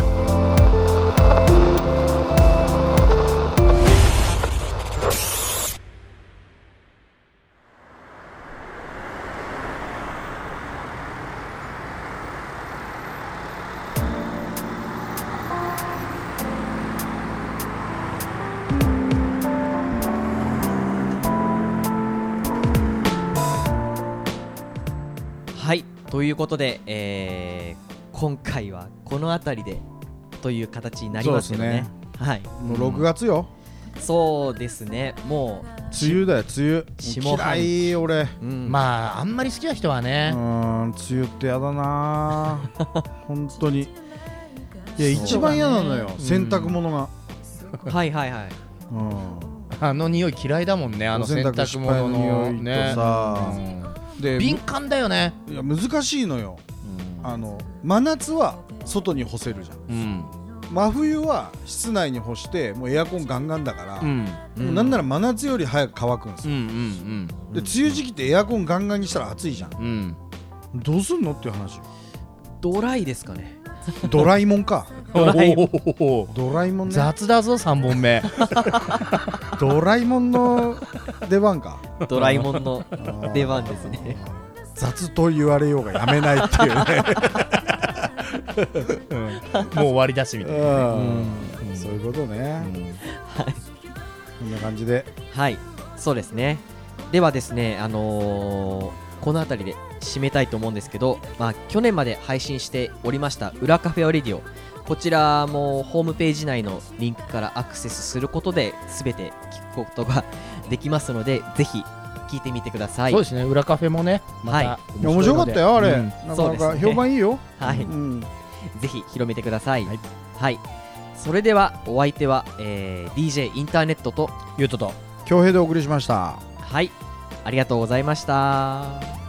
Speaker 2: はいということで、えー今回はこの辺りでという形になりますよね
Speaker 4: そ
Speaker 2: はい
Speaker 4: もう6月よ、
Speaker 2: そうですねも
Speaker 4: 梅雨だよ梅
Speaker 2: 下
Speaker 4: 雨
Speaker 2: 半
Speaker 4: 嫌
Speaker 2: 期
Speaker 4: い俺
Speaker 2: う、うん
Speaker 3: まああんまり好きな人は
Speaker 4: うー
Speaker 3: ね、
Speaker 4: ん梅雨ってやだな本当にいや一番嫌なのよ、
Speaker 3: うん
Speaker 4: 洗濯物が、
Speaker 2: はいはいはい
Speaker 4: うん
Speaker 3: あの匂い嫌いだもんねあの洗濯物の
Speaker 4: お洗濯失敗の匂い
Speaker 3: ね
Speaker 4: とさ
Speaker 3: う
Speaker 4: で
Speaker 3: ん敏感だよね
Speaker 4: いや難しいのよあの真夏は外に干せるじゃん
Speaker 3: うん
Speaker 4: 真冬は室内に干してもうエアコンガンガンだから、
Speaker 3: うん
Speaker 4: もうなんなら真夏より早く乾くんです
Speaker 3: うんう
Speaker 4: よ、
Speaker 3: ん
Speaker 4: で梅雨時期ってエアコンガンガンにしたら暑いじゃん
Speaker 3: うんうん
Speaker 4: どうすんのっていう話
Speaker 2: ドライですかね
Speaker 4: ドラえもん か
Speaker 2: ドライ
Speaker 3: おー
Speaker 4: ドラえもん ね
Speaker 3: 雑だぞ3本目
Speaker 4: ドラえもんの出番か
Speaker 2: ドラえもんの出番ですね
Speaker 4: 雑と言われようがやめないっていう ね
Speaker 3: もう終わりだしみたいな
Speaker 4: うんそういうことね、こんな感じで
Speaker 2: はいそうですねではですねあのーこの辺りで締めたいと思うんですけど、まあ、去年まで配信しておりました「裏カフェオレディオ」こちらもホームページ内のリンクからアクセスすることで全て聞くことができますのでぜひ聞いてみてください
Speaker 3: そうですね裏カフェもねま
Speaker 2: は
Speaker 3: た
Speaker 4: 面白かったよあれ、なか
Speaker 2: そう
Speaker 4: な
Speaker 2: です
Speaker 4: か
Speaker 2: ね
Speaker 4: 評判いいよ、
Speaker 2: はい、
Speaker 4: うん
Speaker 2: ぜひ広めてください。はい、それではお相手は、えー DJ インターネットと
Speaker 3: ゆうとと
Speaker 4: 恭平でお送りしました
Speaker 2: はいありがとうございました。